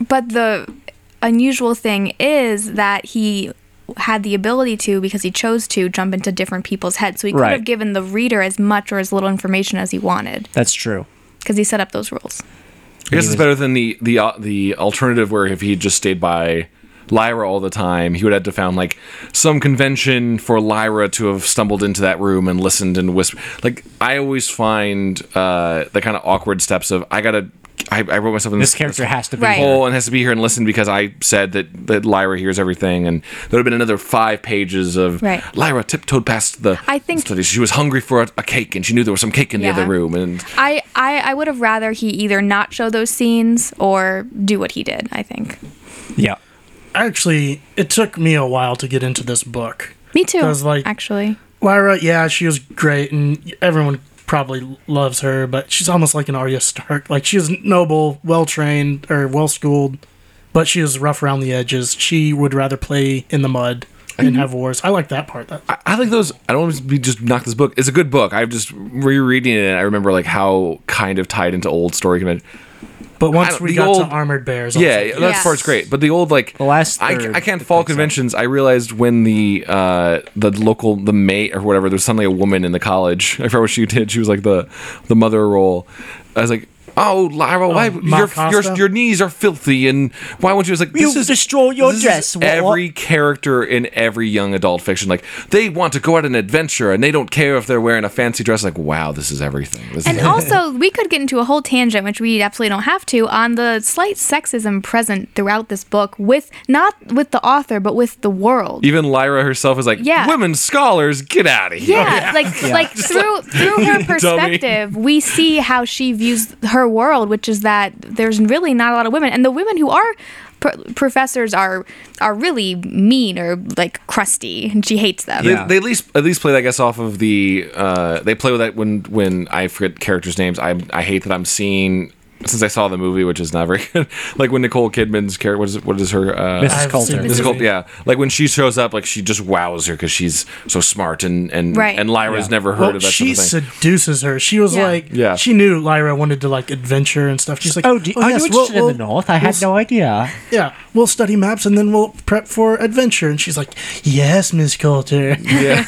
But the unusual thing is that he had the ability to, because he chose to, jump into different people's heads. So he could
Right.
have given the reader as much or as little information as he wanted
that's true.
because he set up those rules.
I guess it's better than the the uh, the alternative where if he had just stayed by Lyra all the time, he would have had to found like some convention for Lyra to have stumbled into that room and listened and whispered. Like I always find uh, the kind of awkward steps of I gotta. I, I wrote myself in
This character has to be
Right.
hole and has to be here and listen because I said that, that Lyra hears everything, and there would have been another five pages of
Right.
Lyra tiptoed past the.
I think-
study. she was hungry for a, a cake, and she knew there was some cake in
Yeah.
the other room, and
I, I, I would have rather he either not show those scenes or do what he did, I think.
Yeah.
actually, it took me a while to get into this book.
Me too.
I was like-
actually,
Lyra, yeah, she was great, and everyone probably loves her, but she's almost like an Arya Stark. Like she was noble, well trained, or well schooled, but she was rough around the edges. She would rather play in the mud. and have wars. I like that part. That,
I like those. I don't want to be just knock this book. It's a good book. I'm just rereading it. And I remember like how kind of tied into old story convention.
but
don't-
once we
the
got
old-
to armored bears, I was
Yeah,
like,
yeah, that
Yeah.
part's great. But the old like
The last third
I, I can't
that
fall
picks up.
conventions. I realized when the uh the local the mate or whatever there's suddenly a woman in the college. (laughs) I forgot what she did. She was like the the mother role. I was like. Oh, Lyra, why
Ma
your, your
Costa?
your knees are filthy, and why won't you? It's like
You
this is
destroy your
this is
dress, what-
every character in every young adult fiction, like they want to go out on an adventure, and they don't care if they're wearing a fancy dress. Like, wow, this is everything. This
And
is
also, we could get into a whole tangent, which we absolutely don't have to, on the slight sexism present throughout this book with not with the author, but with the world.
(laughs) even Lyra herself is like,
Yeah.
women scholars, get out of here.
yeah, like like through through
(laughs)
her perspective, we see how she views her world, which is that there's really not a lot of women, and the women who are pro- professors are are really mean or like crusty, and she hates them.
They,
Yeah.
they at least at least play, I guess, off of the. Uh, they play with that when when I forget characters' names. I I hate that I'm seeing since I saw the movie, which is not very (laughs) good. like when Nicole Kidman's character, what is what is her uh,
Mrs.
I've
Coulter.
seen
Mrs.
this
Colt,
movie.
yeah, like when she shows up, like she just wows her because she's so smart and and
Right.
and Lyra's
Yeah.
never heard
Well,
of that
she
sort of thing.
seduces her. She was
Yeah.
like,
Yeah.
she knew Lyra wanted to like adventure and stuff. She's like,
Oh, do, are
yes,
you
we'll-
interested in the
we'll-
North? I had
we'll-
no idea.
Yeah, we'll study maps and then we'll prep for adventure. And she's like, yes, Miss Coulter. (laughs)
yeah,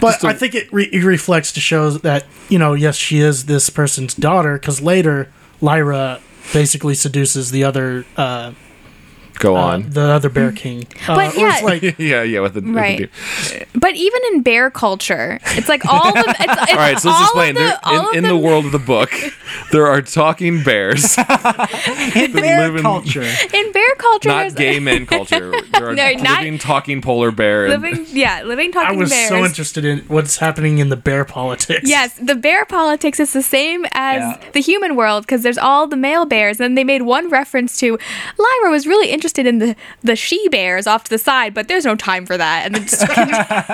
But I think it, re- it reflects to show that you know, yes, she is this person's daughter. Because later, Lyra basically seduces the other, uh,
go on.
the other Bear King. Uh,
Mm-hmm. But
or it's
yeah.
like
(laughs)
(laughs)
yeah, yeah, with the,
Right.
with the
But even in bear culture, it's like all the it's, it's
All right, so let's
all
explain.
Of
There-
the, all
in
of
in the world of the
(laughs)
book, there are talking
(laughs)
bears,
In
bear
bear
living-
culture.
culture.
in bear culture,
not
there's-
gay men culture. There are
No, not-
living talking polar bear.
(laughs)
and-
living yeah living
I
talking
was
bears.
so interested in what's happening in the bear politics.
Yes, the bear politics is the same as
Yeah.
the human world because there's all the male bears, and they made one reference to Lyra was really interested in the the she bears off to the side, but there's no time for that, and then
(laughs)
just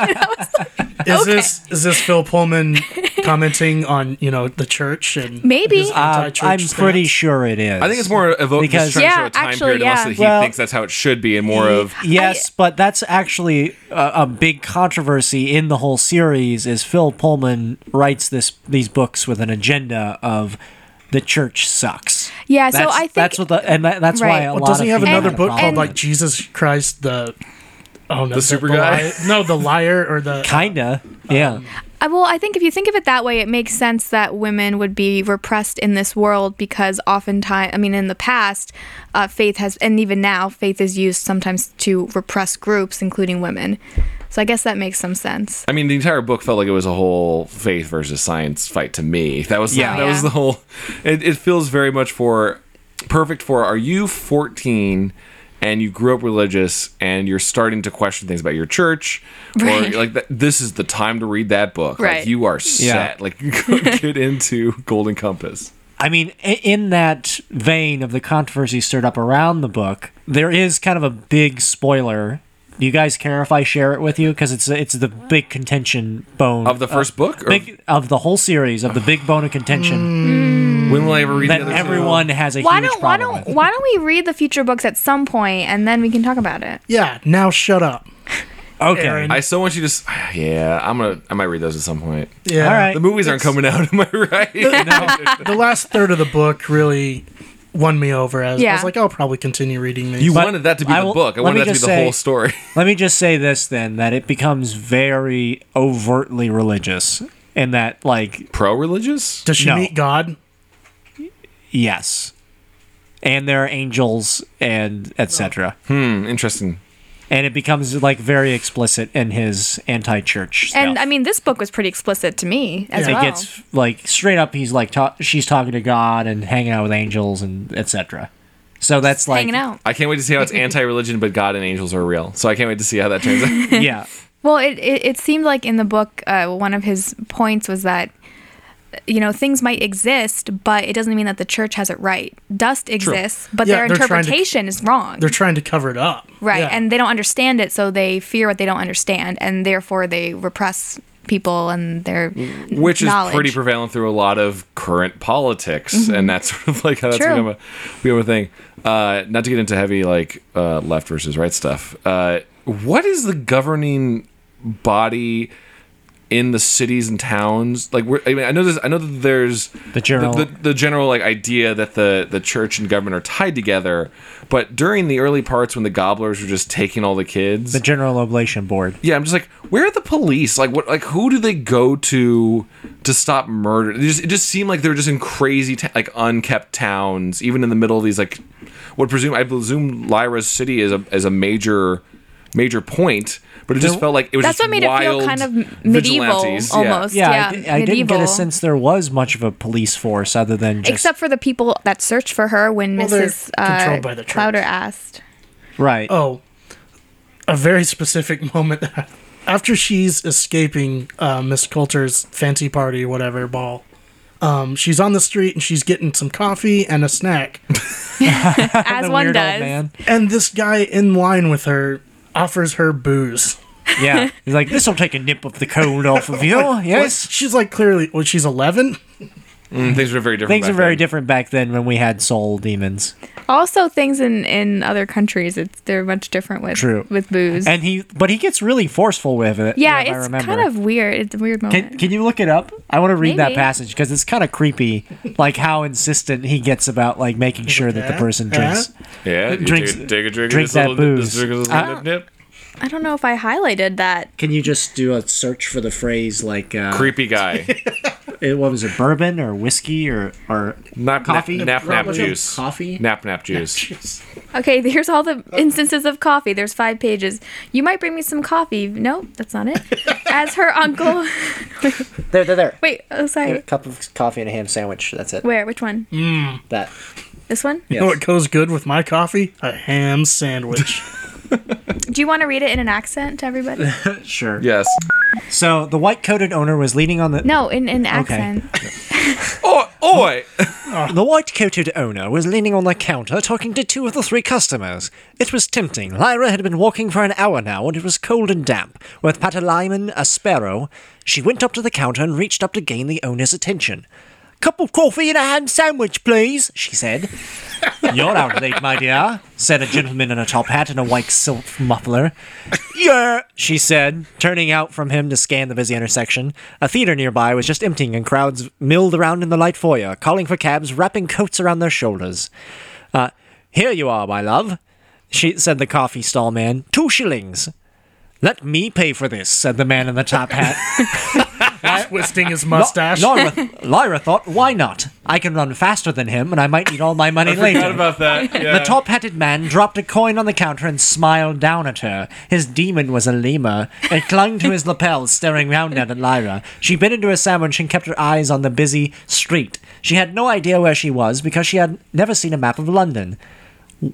Is
Okay.
this is this Phil
(laughs)
Pullman commenting on you know the church and
maybe
Uh,
Anti-church
I'm pretty
stance.
sure it is.
I think it's more evoking
Because-
because trying to show
Yeah,
a time
actually,
period and less
yeah.
that he
Well-
thinks that's how it should be, and more of
Yes, but that's actually a, a big controversy in the whole series. Is Phil Pullman writes this these books with an agenda of the church sucks.
Yeah, so
That's-
I think-
that's what the and that, that's why
Right.
a
Well,
lot
doesn't he
of
have
people
another
have a
book
problem
called like
with
Jesus Christ the oh no the,
super
the
guy?
li- no the liar or the
it. kinda yeah
I- well, I think if you think of it that way, it makes sense that women would be repressed in this world because oftentimes, I mean, in the past, uh, faith has, and even now, faith is used sometimes to repress groups, including women. So I guess that makes some sense.
I mean, the entire book felt like it was a whole faith versus science fight to me. That was
Yeah.
that was
Yeah.
the whole. It, it feels very much for perfect for are you 14 and you grew up religious and you're starting to question things about your church
Right.
or like that, this is the time to read that book.
Right.
Like you are set. Like
(laughs)
get into Golden Compass.
I mean, i- in that vein of the controversy stirred up around the book, there is kind of a big spoiler. Do you guys care if I share it with you? Because it's it's the big contention bone
Of the first book or-
big, of the whole series, of the big bone of contention
When will I ever read
that
Mm. the other two?
everyone has a
Why
huge
don't why
problem.
don't
with.
why don't we read the future books at some point and then we can talk about it?
yeah now shut up
Okay,
Aaron?
I so want you to. s- (sighs) Yeah, I'm gonna. I might read those at some point.
yeah
all right.
The movies aren't coming out. Am I (laughs) right?
the last third of the book really won me over as I
Yeah.
was like I'll probably continue reading these
You
But
wanted that to be
I
the
will-
book. I
let me
wanted that to be
just
the
say-
whole story. (laughs)
Let me just say this then: that it becomes very overtly religious, and that like
Pro-religious?
does she
No.
meet God
yes, and there are angels and etc.
Hmm, interesting.
and it becomes like very explicit in his anti-church stuff.
And I mean, this book was pretty explicit to me as
it
well.
gets like straight up. He's like, ta- she's talking to God and hanging out with angels and etc. So that's like,
hanging out.
I can't wait to see how it's anti-religion, but God and angels are real. So I can't wait to see how that turns
(laughs)
out.
yeah,
Well, it, it, it seemed like in the book, uh, one of his points was that, you know, things might exist, but it doesn't mean that the church has it right. Dust exists, but
Yeah,
their
they're trying to-
interpretation is wrong.
they're trying to cover it up
right.
Yeah.
And they don't understand it, so they fear what they don't understand, and therefore they repress people and their
Which
knowledge.
is
Mm-hmm.
pretty prevalent through a lot of current politics, and that's (laughs) sort of like how that's
True.
become a become a thing. Uh, not to get into heavy like uh, left versus right stuff. Uh, what is the governing body in the cities and towns? Like, we're, I mean, I know there's, I know that there's
The general-
the, the, the general like idea that the the church and government are tied together, but during the early parts when the gobblers were just taking all the kids,
The General Oblation Board.
yeah, I'm just like, where are the police? Like, what? Like, who do they go to to stop murder? It just, it just seemed like they were just in crazy, ta- like, unkept towns, even in the middle of these, like, what presume I presume Lyra's city is a is a major major point, but it just felt like it was
That's
just
what made it feel
wild
kind of m- medieval,
vigilantes. Yeah.
almost.
Yeah, I,
Yeah,
di- I didn't get
medieval.
a sense there was much of a police force other than just
Except for the people that searched for her when
Well, they're
Mrs. Uh,
controlled by the church.
Clouder asked.
right.
Oh, a very specific (laughs) moment. After she's escaping uh, Miss Coulter's fancy party, whatever ball, um, she's on the street and she's getting some coffee and a snack.
(laughs) The
As one
weird old
does.
man.
and this guy in line with her offers her booze.
Yeah, he's like, this will take a nip of the cone off of
(laughs)
you. Yes.
She's like clearly, well, she's 11.
Mm, things were very different.
Things
back
are very
then.
different back then when we had soul demons.
Also, things in, in other countries, it's they're much different with
True.
with booze.
And he, but he gets really forceful with it.
yeah,
if I
it's
remember.
kind of weird. It's a weird moment.
Can, can you look it up? I want to read that
Maybe.
passage because it's kind of creepy, like how insistent he gets about like making sure that the
Yeah,
person
yeah.
drinks.
Yeah, you
Drinks-
take, a- take a drink.
drink
of this little
that
nip,
booze.
this drink of this little nip, nip.
I don't know if I highlighted that.
Can you just do a search for the phrase like uh, (laughs)
Creepy guy.
it- what was it, bourbon or whiskey or or
Nap
coffee?
Nap
What
nap,
was it?
juice.
Coffee.
Nap nap juice.
Okay, (laughs) here's all the instances of coffee. There's five pages. You might bring me some coffee. No, that's
(laughs)
not it. As her uncle. (laughs)
There, there, there.
Wait, oh, sorry.
cup of coffee and a ham sandwich. That's it.
Where? Which one?
Mm. That.
This one?
You know what goes good with my coffee? A ham sandwich.
Do you want to read it in an accent
(laughs)
to everybody?
Sure.
Yes.
So the white-coated owner was leaning on the
No, in
(laughs)
an accent.
Oh, oi!
The white coated owner was leaning on the counter talking to two of the three customers. It was tempting. Lyra had been walking for an hour now, and it was cold and damp. With Patalyman, a sparrow, she went up to the counter and reached up to gain the owner's attention. Cup of coffee and a ham sandwich, please, she said. (laughs) You're out late, my dear, said a gentleman in a top hat and a white silk muffler. Yeah, she said, turning out from him to scan the busy intersection. A theater nearby was just emptying, and crowds milled around in the light foyer, calling for cabs, wrapping coats around their shoulders. Uh, here you are, my love, she said the coffee stall man. Two shillings. Let me pay for this, said the man in the top hat.
twisting his mustache.
Lyra, Lyra thought, why not? I can run faster than him, and I might need all my money later.
Forgot about that. Yeah.
The top hatted man dropped a coin on the counter and smiled down at her. His demon was a lemur. It clung to his lapel, staring round at Lyra. She bit into her sandwich and kept her eyes on the busy street. She had no idea where she was because she had never seen a map of London.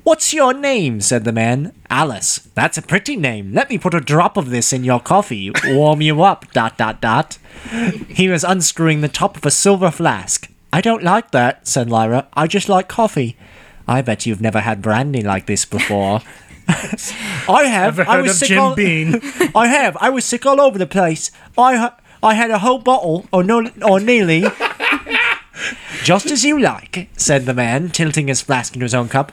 What's your name? said the man. Alice. That's a pretty name. Let me put a drop of this in your coffee. Warm you up. Dot dot dot. He was unscrewing the top of a silver flask. I don't like that, said Lyra. I just like coffee. I bet you've never had brandy like this before. (laughs) I have.
Ever
I
heard
was
of
sick
Jim
all-
Beam?
(laughs) I have. I was sick all over the place. I ha- I had a whole bottle, or no, or nearly. Just as you like, said the man, tilting his flask into his own cup.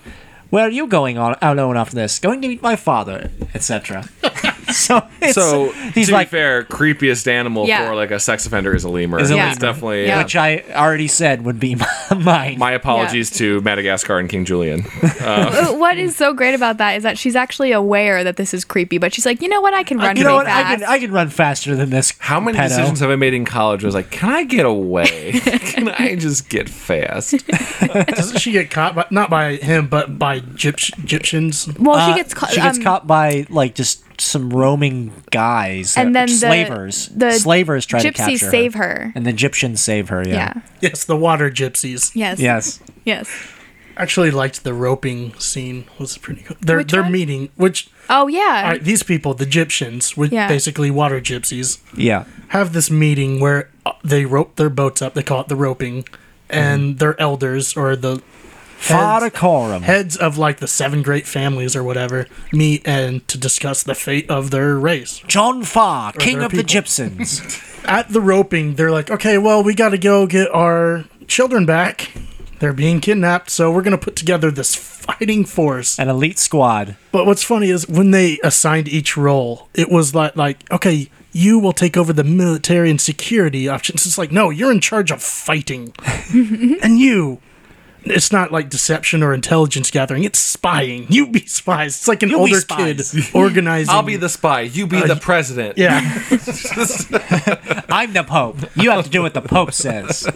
Where are you going all alone after this? Going to meet my father, etc. (laughs) so, it's,
So
he's
to
like,
be fair, creepiest animal
Yeah.
for like a sex offender is a lemur.
Is a lemur.
It's definitely
Yeah.
which I already said would be (laughs) mine.
My apologies to Madagascar and King Julian.
Uh, what is so great about that is that she's actually aware that this is creepy, but she's like, you know what? I can run
Uh, you know
really
what? I
fast.
can I can run faster than this.
How many
pedo.
decisions have I made in college? I was like, can I get away? (laughs) can I just get fast?
Doesn't she get caught? By, not by him, but by Egypt- Egyptians.
well,
Uh,
she gets caught.
she gets
um,
caught by like just some roaming guys
And
uh,
then the-
slavers.
the
slavers try to
gypsies
capture
save
her.
her.
and the Egyptians save her.
Yeah.
Yeah.
Yes, the water gypsies.
Yes.
Yes.
Yes.
Actually, liked the roping scene. Was pretty cool. They're
Which
they're
one?
meeting. Which
Oh yeah.
all right, these people, the Egyptians, which
Yeah.
basically water gypsies,
Yeah.
have this meeting where uh, they rope their boats up. They call it the roping, and their elders or the
Fada
heads of like the seven great families or whatever meet and to discuss the fate of their race.
John Farr, king
there
of the
people?
Gypsians.
At the roping, they're like, okay, well, we got to go get our children back. They're being kidnapped, so we're going to put together this fighting force.
(laughs) An elite squad.
But what's funny is when they assigned each role, it was like, like okay, you will take over the military and security options. It's like, no, you're in charge of fighting. and you. It's not like deception or intelligence gathering. It's spying. You be spies. It's like an
You be
older kid
(laughs) spies.
organizing.
I'll be the spy. You be the president. (laughs)
Yeah.
I'm the Pope. You have to do what the Pope
(laughs)
says.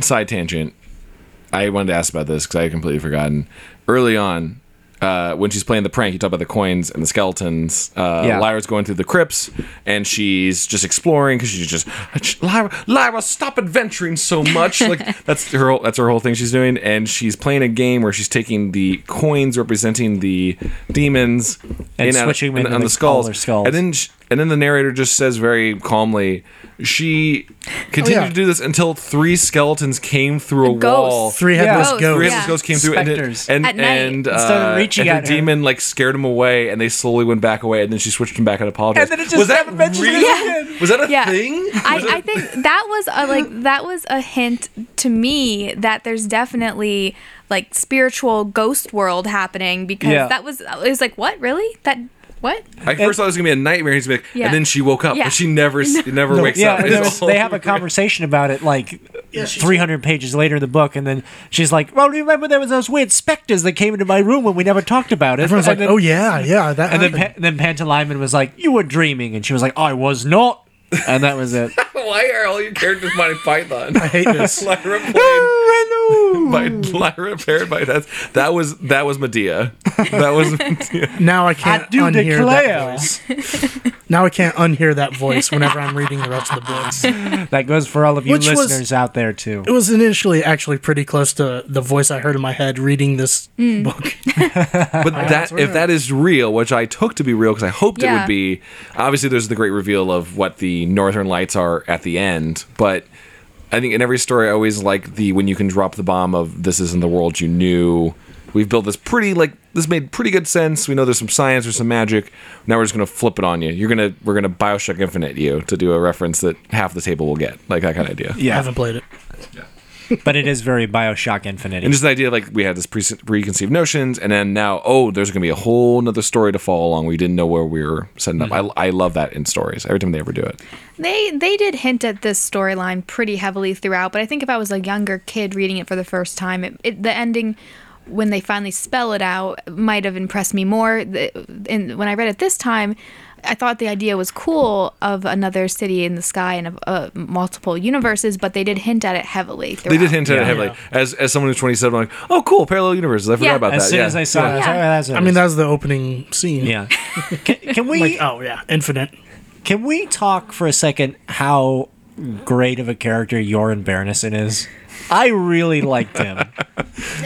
Side tangent. I wanted to ask about this because I had completely forgotten. Early on, uh, when she's playing the prank, you talk about the coins and the skeletons. Uh,
Yeah.
Lyra's going through the crypts and she's just exploring because she's just Lyra, Lyra, stop adventuring
(laughs)
so much. like that's her. whole- That's her whole thing she's doing, and she's playing a game where she's taking the coins representing the demons
And
out-
switching them
and-
into
on
the
the skulls.
color skulls.
And then sh and then the narrator just says very calmly, she continued
Oh,
yeah.
to do this until three skeletons came through a
Ghosts.
(laughs)
wall.
Three headless
Oh,
Ghosts,
ghosts.
Three
yeah.
headless ghosts came through, and it-
Specters.
and
At night.
and uh,
Instead of reaching
and
at
the
her.
demon like scared them away, and they slowly went back away, and then she switched them back and apologized.
And then it just
was that
never mentioned
real?
it
Was that a
yeah.
thing?
I, I think that was a, like that was a hint to me that there's definitely like spiritual ghost world happening because
Yeah.
that was it was like what really that what
I first thought it was gonna be a nightmare. He's like,
Yeah.
and then she woke up,
Yeah.
but she never s- never wakes
yeah,
up.
and
It's
there was-
all-
they have a conversation about it like 300 pages later in the book, and then she's like, "Well, remember there was those weird specters that came into my room when we never talked about it."
Everyone's like,
and then,
oh,
(laughs)
yeah, yeah. That
and then
happened.
pa- then Pantaleimon was like, "You were dreaming," and she was like, "I was not," and that was
(laughs)
it.
(laughs) Why are all your characters Monty
(laughs)
Python?
I hate
(laughs)
this.
Lyra played (laughs) by Lyra paired by that. That was that was Medea. That was Medea.
Now I can't
I do
unhear
declare.
that voice. (laughs) Now I can't unhear that voice whenever I'm reading the rest of the books.
That goes for all of you
Which was-
listeners out there too.
It was initially actually pretty close to the voice I heard in my head reading this book.
(laughs) But that if that is real, which I took to be real because I hoped it
Yeah.
would be. Obviously, there's the great reveal of what the Northern Lights are at the end, but. I think in every story, I always like the when you can drop the bomb of this isn't the world you knew. We've built this pretty like this made pretty good sense. We know there's some science, there's some magic. Now we're just gonna flip it on you. You're gonna we're gonna Bioshock Infinite you to do a reference that half the table will get, like that kind of idea.
I
(laughs) Yeah,
haven't played it.
but it is very Bioshock Infinite.
And just the idea like we had this pre- preconceived notions, and then now, oh, there's going to be a whole nother story to follow along. We didn't know where we were setting up.
Mm-hmm.
I, I love that in stories. Every time they ever do it,
They they did hint at this storyline pretty heavily throughout, but I think if I was a younger kid reading it for the first time, it, it, the ending when they finally spell it out might have impressed me more. The- And when I read it this time, I thought the idea was cool of another city in the sky and of uh, multiple universes, but they did hint at it heavily. Throughout.
they did hint at it heavily. As as someone who's 27, I'm like, oh, cool, parallel universes. I forgot
Yeah.
about
as
that.
soon
yeah.
as I saw it, I, was like,
Yeah.
"Oh, that's what
I
it
mean,
is."
that was the opening scene.
yeah. Can, can we
Like, oh, yeah, Infinite.
Can we talk for a second how great of a character Yoren Berneson is? I really liked
(laughs)
him.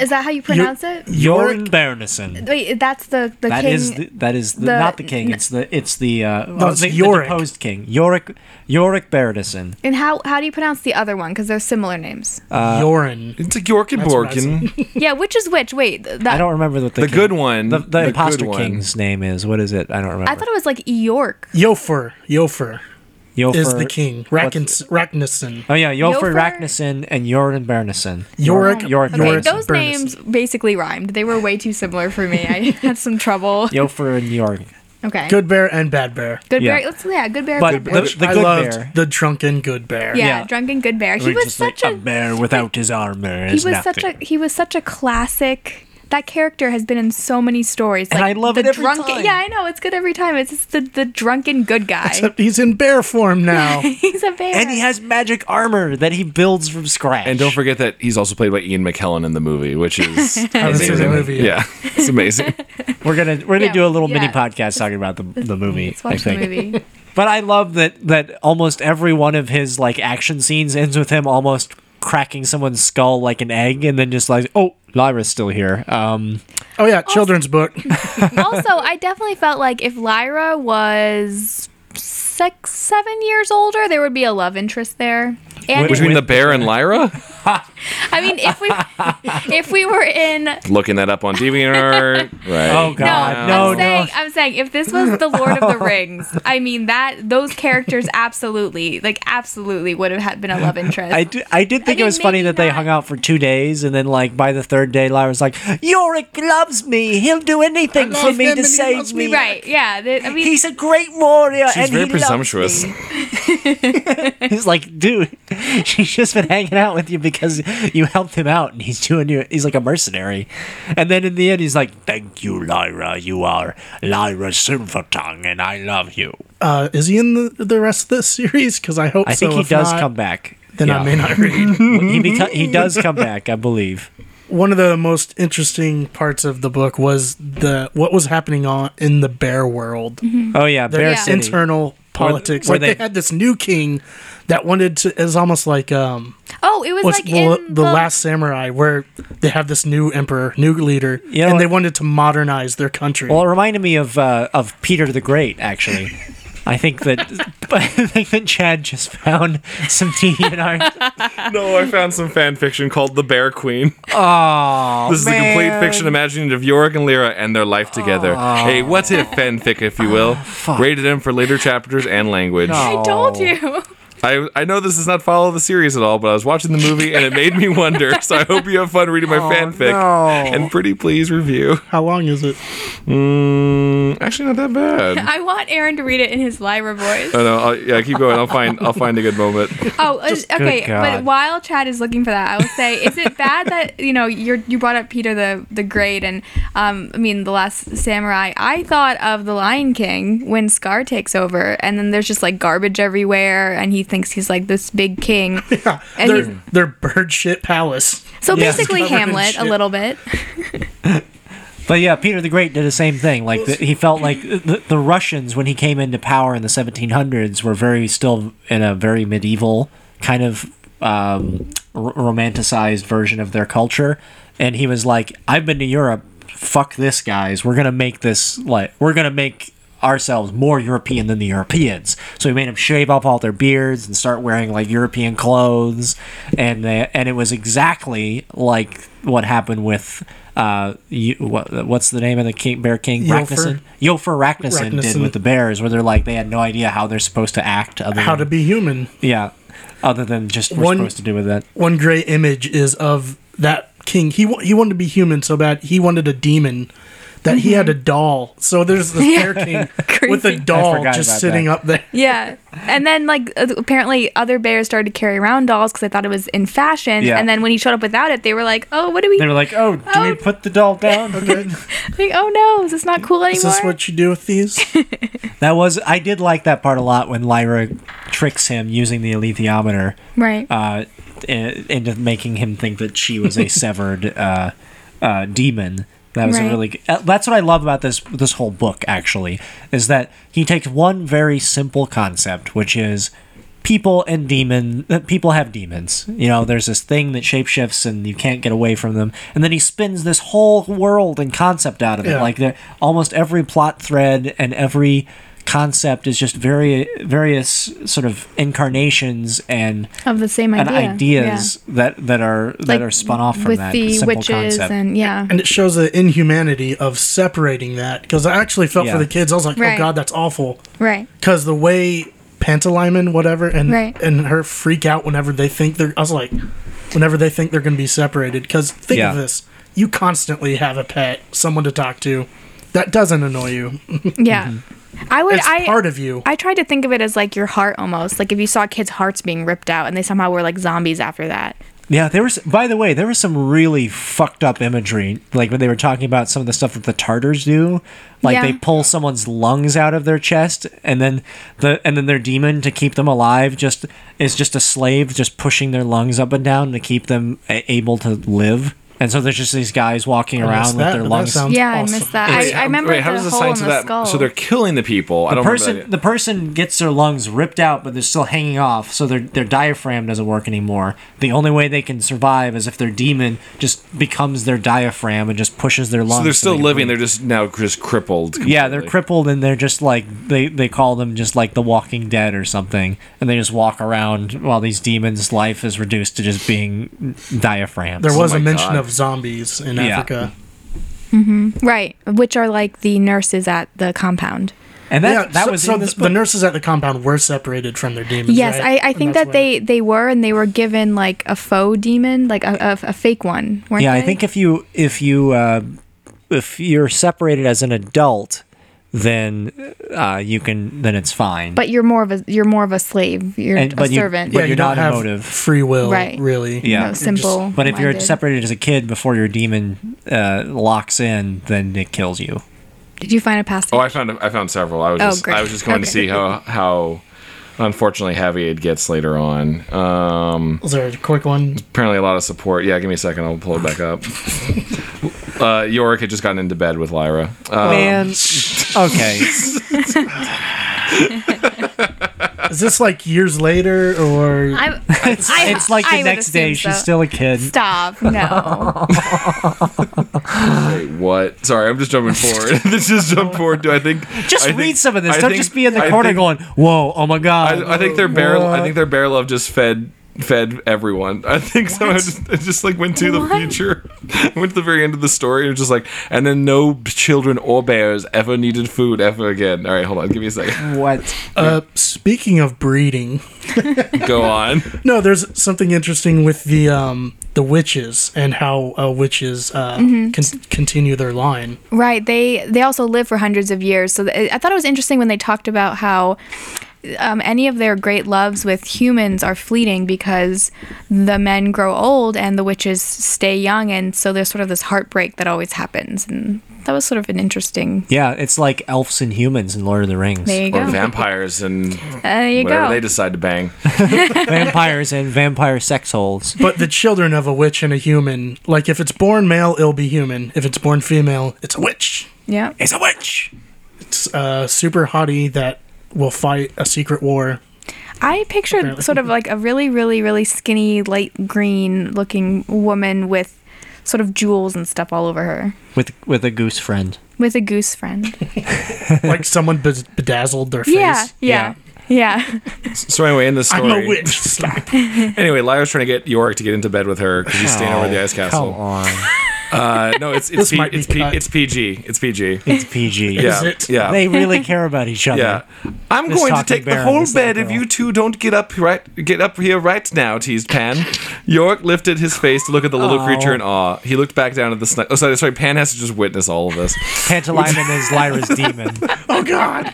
Is that how you pronounce it?
Yoren Berneson.
Wait, that's the the
That
king.
is the, that is the,
the-
not the king. It's the it's the uh, oh,
it's
the, the
Yorick.
deposed king. Yorick Yorick Berneson.
and how how do you pronounce the other one? Because they're similar names.
Uh,
Yorin.
it's like York and
what I
Borkin,
yeah, which is which? Wait, th- that
I don't remember what the
the
king-
good one,
The, the,
good
imposter
one.
king's name is. What is it? I don't remember.
I thought it was like York.
Yofer. Yofer
Yofer,
is the king. Rackins, Racknison.
Oh yeah, Yofer,
Yofer-
Racknison and Yoren Berneson.
Yorick.
Yorick
Okay,
Yorick
those
Bernison.
names basically rhymed. They were way too similar for me. I (laughs) had some trouble.
Yofer and Yorick.
Okay.
Good bear and bad bear.
Good
yeah.
bear. Let's, yeah, good bear.
But
bad bear.
the, the good
I loved
bear.
the drunken good bear.
yeah,
yeah.
drunken good bear. He
We're
was
just
such
like,
a,
bear without his armor.
he was such a he was such a classic. That character has been in so many stories.
And I love
the
it every
drunken,
time.
Yeah, I know it's good every time. It's just the the drunken good guy.
Except he's in bear form now.
(laughs) He's a bear.
and he has magic armor that he builds from scratch.
And don't forget that he's also played by Ian McKellen in the movie,
(laughs)
which is
haven't seen the
amazing.
movie yet.
Yeah, it's amazing.
we're gonna we're gonna
Yeah,
do a little mini
yeah.
podcast talking about the, the movie.
Let's
I
watch the
think.
movie.
(laughs) But I love that that almost every one of his like action scenes ends with him almost cracking someone's skull like an egg, and then just like oh. Lyra's still here. Um,
Oh yeah, children's book.
also, I definitely felt like if Lyra was six, seven years older, there would be a love interest there. And
Which
Between the bear and Lyra?
I mean,
(laughs)
if we if we were in
Looking that up on DeviantArt. right.
Oh
no,
God, no,
I'm
no.
saying I'm saying if this was the Lord of the
(laughs)
Rings, I mean that those characters absolutely, like absolutely, would have had been a love interest.
I, do, I did think it
mean,
was funny
maybe
that they
not-
hung out for two days, and then like by the third day, Lyra's like, "Yorick loves me. He'll do anything for
love
me
him
to
and he
save
loves
me.
me."
right? Yeah. they- I mean,
He's a great warrior.
She's
and
very
he loves
presumptuous.
me." He's like, dude, (laughs) she's just been hanging out with you because you helped him out, and he's doing you. He's like a mercenary, and then in the end, he's like, "Thank you, Lyra. You are Lyra Silvertongue, and I love you."
Uh, is he in the, the rest of this series? Because I hope
I
so.
think he
If
does
not,
come back.
Then I
Yeah.
may not read.
he beco-
(laughs)
he does come back, I believe.
One of the most interesting parts of the book was the what was happening on in the bear world.
Oh yeah,
their
Bear
Yeah.
City.
internal politics.
were
like they,
they-
had this new king that wanted to. It's almost like um,
oh, it was
what's
like
well,
in
the, last samurai, where they have this new emperor, new leader,
You know
and they
what?
wanted to modernize their country.
Well, it reminded me of uh, of Peter the Great, actually. I think that (laughs) I think that Chad just found some DeviantArt.
No, I found some fan fiction called The Bear Queen.
Oh,
This is a complete fiction imagining of Yorick and Lyra and their life together. A what if fanfic, if you (sighs) will. Rated M for later chapters and language.
I
Oh.
told you. (laughs)
I, I know this does not follow the series at all, but I was watching the movie and it made me wonder. So I hope you have fun reading my fanfic.
no.
And pretty please review.
How long is it?
Mm, actually, not
(laughs)
that bad.
I want Aaron to read it in his Lyra voice.
Oh, no, I'll, yeah, keep going. I'll find I'll find a good moment.
Oh, uh, okay.
good
But
God.
while Chad is looking for that, I will say, is it bad that (laughs) you know you you brought up Peter the the Great and um, I mean the Last Samurai? I thought of the Lion King when Scar takes over, and then there's just like garbage everywhere, and he thinks he's like this
(laughs)
big king. And
their,
he's-
their bird shit palace.
So
Yeah.
basically,
He's covered in
Hamlet a
shit.
little bit.
But yeah, Peter the Great did the same thing. Like the, he felt like the, the Russians when he came into power in the 1700s were very still in a very medieval kind of um, r- romanticized version of their culture, and he was like, "I've been to Europe. Fuck this, guys. We're gonna make this like we're gonna make." ourselves more European than the Europeans. So we made them shave off all their beards and start wearing like European clothes, and they, and it was exactly like what happened with uh, you, what, what's the name of the king, bear king
Eofor.
Ragnarsson? Yofor Ragnarsson, did
Ragnarsson.
with the bears, where they're like they had no idea how they're supposed to act. Other
How to
than,
be human.
yeah, other than just we're
One-
supposed to do with that.
One great image is of that king. He wa- he wanted to be human so bad. He wanted a demon. That he had a
Mm-hmm.
doll. So there's this bear
(laughs)
king with
Crazy. I
a doll
forgot
just
about
sitting
that.
up there.
Yeah. And then, like, uh, apparently other bears started to carry around dolls because they thought it was in fashion.
Yeah.
And then when he showed up without it, they were like, oh, what do we
They were like, "Oh, do
Oh.
we put the
(laughs)
doll down?"
like, oh no, is this not cool anymore?
Is this what you do with
(laughs)
these?
that was I did like that part a lot when Lyra tricks him using the alethiometer.
right.
uh, i- into making him think that she was a severed uh, uh, demon. That was a
Right.
really. g- uh, That's what I love about this this whole book. Actually, is that he takes one very simple concept, which is people and demon. That people have demons. You know, there's this thing that shapeshifts, and you can't get away from them. And then he spins this whole world and concept out of it.
Yeah.
Like there, almost every plot thread and every concept is just very various sort of incarnations and
of the same idea.
and ideas that that are that
Like,
are spun off from
with
that
the
simple
witches
concept.
and yeah.
and it shows the inhumanity of separating that because I actually felt
Yeah.
for the kids. I was like,
Right.
oh god, that's awful.
Right.
Because the way Pantalaimon, whatever, and
Right.
and her freak out whenever they think they're. I was like, whenever they think they're going to be separated. Because think
Yeah.
of this: you constantly have a pet, someone to talk to. That doesn't annoy you.
Yeah.
Mm-hmm.
I would
It's
I
part of you.
I tried to think of it as like your heart almost. Like if you saw kids' hearts being ripped out and they somehow were like zombies after that.
Yeah, there was. By the way, there was some really fucked up imagery, like when they were talking about some of the stuff that the Tartars do, like
Yeah.
they pull someone's lungs out of their chest, and then the and then their demon to keep them alive just is just a slave just pushing their lungs up and down to keep them a- able to live. And so there's just these guys walking
I missed
around with
Oh, that, but
their
that
lungs.
sounds
Yeah,
awesome.
I missed that. I, I remember
Wait, how
the
does this
hole in
science
the
to that?
skull.
So they're killing the people. I
the
don't
person
remember
the
that.
person gets their lungs ripped out, but they're still hanging off, so their their diaphragm doesn't work anymore. The only way they can survive is if their demon just becomes their diaphragm and just pushes their lungs.
So they're
so
still
they can
living.
breathe.
They're just now just crippled.
yeah, they're
completely.
crippled and they're just like they they call them just like the Walking Dead or something, and they just walk around while these demons' life is reduced to just being diaphragms.
There was
my
a mention
God.
of zombies in
Oh Yeah.
Africa.
right, which are like the nurses at the compound.
and that
yeah,
that
so,
was
so
in this
the
book.
nurses at the compound were separated from their demons.
Yes,
right?
I, I
And
think
that's
that
why-
they, they were, and they were given like a faux demon, like a, a, a fake one, weren't
yeah,
they?
I think if you if you uh, if you're separated as an adult, then uh, you can then it's fine.
but you're more of a you're more of a slave. You're
And-
a
but you-
servant.
but
yeah,
you're
you don't
not
have
emotive.
free will,
Right.
really.
Yeah.
No,
It just-
simple.
but if you're
minded.
separated as a kid before your demon uh, locks in, then it kills you.
did you find a passage?
Oh, I found I found several. I was
Oh,
just
great.
I was just going to
Okay.
see how how unfortunately heavy it gets later on. Um,
Was there a quick one?
apparently a lot of support. Yeah, give me a second. I'll pull it back (laughs) up. Uh, Yorick had just gotten into bed with Lyra.
Oh,
Uh,
Man, okay.
Is this like years later or
I, (laughs)
(laughs)
I-
it's like the
I would
next day
assume
she's
so.
still a kid. (laughs)
Stop! No,
wait, what? Sorry, I'm just jumping forward. (laughs) Let's just jump forward to I think.
Just
I
read
think-
some of this.
I
Don't
think-
just be in the
I
corner
think-
going, "Whoa, oh my god."
I, I think their bear. I think their bear love just fed fed everyone. I think someone just, it just like went to the
What?
future, (laughs) went to the very end of the story, and just like, and then no children or bears ever needed food ever again. All right, hold on, give me a second.
(laughs)
what?
uh, speaking of breeding?
Go on.
No, there's something interesting with the um the witches and how uh, witches uh, con- continue their line.
right? They they also live for hundreds of years. So th- I thought it was interesting when they talked about how um, any of their great loves with humans are fleeting because the men grow old and the witches stay young, and so there's sort of this heartbreak that always happens. And that was sort of an interesting.
Yeah, it's like elves and humans in Lord of the Rings.
There you
Or
go.
vampires and
there you
whatever
go.
they decide to bang.
Vampires and vampire sex holes.
But the children of a witch and a human, like if it's born male, it'll be human. If it's born female, it's a witch.
yeah.
It's a witch.
It's uh, super hottie that will fight a secret war.
I pictured sort of like a really, really, really skinny, light green looking woman with sort of jewels and stuff all over her,
With with a goose friend.
with a goose
(laughs)
friend.
like someone be- bedazzled their face.
Yeah, yeah, yeah.
So anyway, in the
(laughs)
story,
I'm a witch. Slap.
anyway, Lyra's trying to get Yorick to get into bed with her because he's staying over at the ice
Oh, Come
castle.
on.
Uh, no, it's
This
it's P,
might be
it's, P,
cut.
it's PG. It's PG.
It's PG.
(laughs) Yeah,
it?
yeah.
They really care about each other.
Yeah. I'm
This
going to
talking
take the
bear and
whole
this little
bed if
girl.
you two don't get up right get up here right now, teased Pan. York lifted his face to look at the little
Aw.
creature in awe. He looked back down at the sni- Oh sorry, sorry, Pan has to just witness all of this.
Pantalaimon is
(laughs)
Lyra's demon.
Oh God.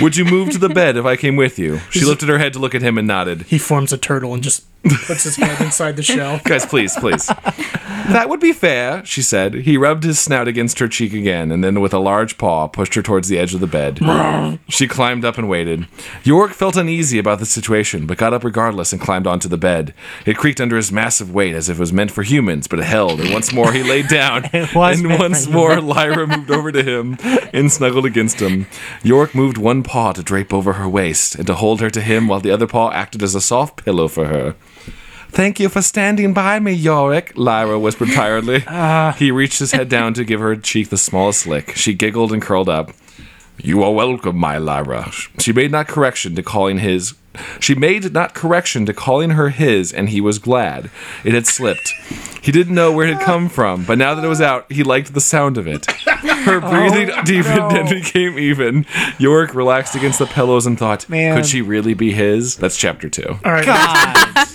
Would you move to the bed if I came
(laughs)
with you? She lifted her head to look at him and nodded.
He forms a turtle and just puts his head inside the shell.
Guys, please, please. That would be fair, she said. He rubbed his snout against her cheek again, and then with a large paw pushed her towards the edge of the bed. she climbed up and waited. York felt uneasy about the situation, but got up regardless and climbed onto the bed. It creaked under his massive weight as if it was meant for humans, but it held, and once more he laid down.
(laughs) It was
and
meant for
once more Lyra moved over to him and snuggled against him. York moved one paw to drape over her waist and to hold her to him while the other paw acted as a soft pillow for her. Thank you for standing by me, Yorick, Lyra whispered tiredly.
(laughs)
he reached his head down to give her cheek the smallest lick. She giggled and curled up. You are welcome, my Lyra. She made not correction to calling his. She made not correction to calling her his, and he was glad. It had slipped. He didn't know where it had come from, but now that it was out, he liked the sound of it. Her breathing deepened and became even. Yorick relaxed against the pillows and thought,
Man.
could she really be his? That's chapter two.
All right,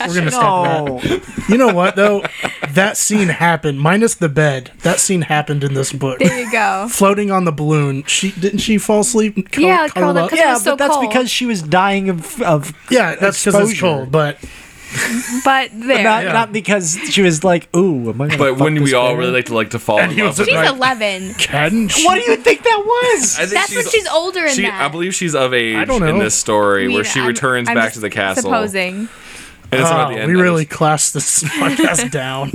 we're gonna stop that.
Oh.
You know what though? That scene happened. Minus the bed. That scene happened in this book.
There you go.
Floating on the balloon. She didn't she fall asleep? and curl-
Yeah, like curled up, 'cause- It
Yeah,
was so
but that's
cold.
because she was dying of, of
Yeah, that's because it's
Exposure.
cold. But
(laughs) But there.
not, not because she was like, ooh, am I gonna
But
fuck
wouldn't we
this
all
bear?
really like to like to fall in
he
love?
was
with
she's
her? (laughs)
11.
can she?
What do you think that was?
I think
That's when she's older in
she,
that.
I believe she's of age
don't
in
know.
this story
I mean,
where she
I'm-
returns
I'm
back
just
to the castle.
Supposing.
And it's about
Oh,
the end.
we
I
really
just-
classed this (laughs) podcast down.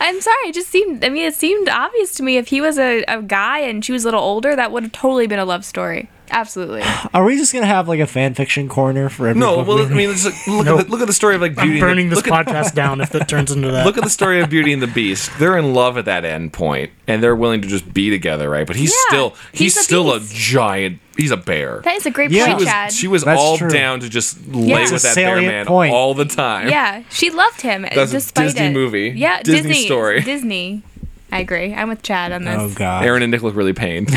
I'm sorry. It just seemed. I mean, it seemed obvious to me. If he was a, a guy and she was a little older, that would have totally been a love story.
(gasps)
Absolutely.
Are we just gonna have like a fan fiction corner for every
no.
book
Well,
we
I
read?
mean, it's like, look
Nope.
at the, look at the story of like Beauty.
I'm
and the-
burning this
look at-
podcast down if it turns into that.
Look at the story of Beauty and the Beast. They're in love at that end point, and they're willing to just be together, right? But he's
Yeah,
still
he's
he's,
a
still a
beast.
giant. He's a bear.
That is a great
Yeah.
she
point,
was
Chad.
she was
That's
all
true.
down to just lay
It's a
with that bear
salient
man
point.
all the time.
yeah, she loved him. uh,
That's a
despite
Disney
it.
movie.
Yeah,
Disney story.
Disney. I agree. I'm with Chad on this.
oh god.
Aaron and Nick look
(laughs)
really pained.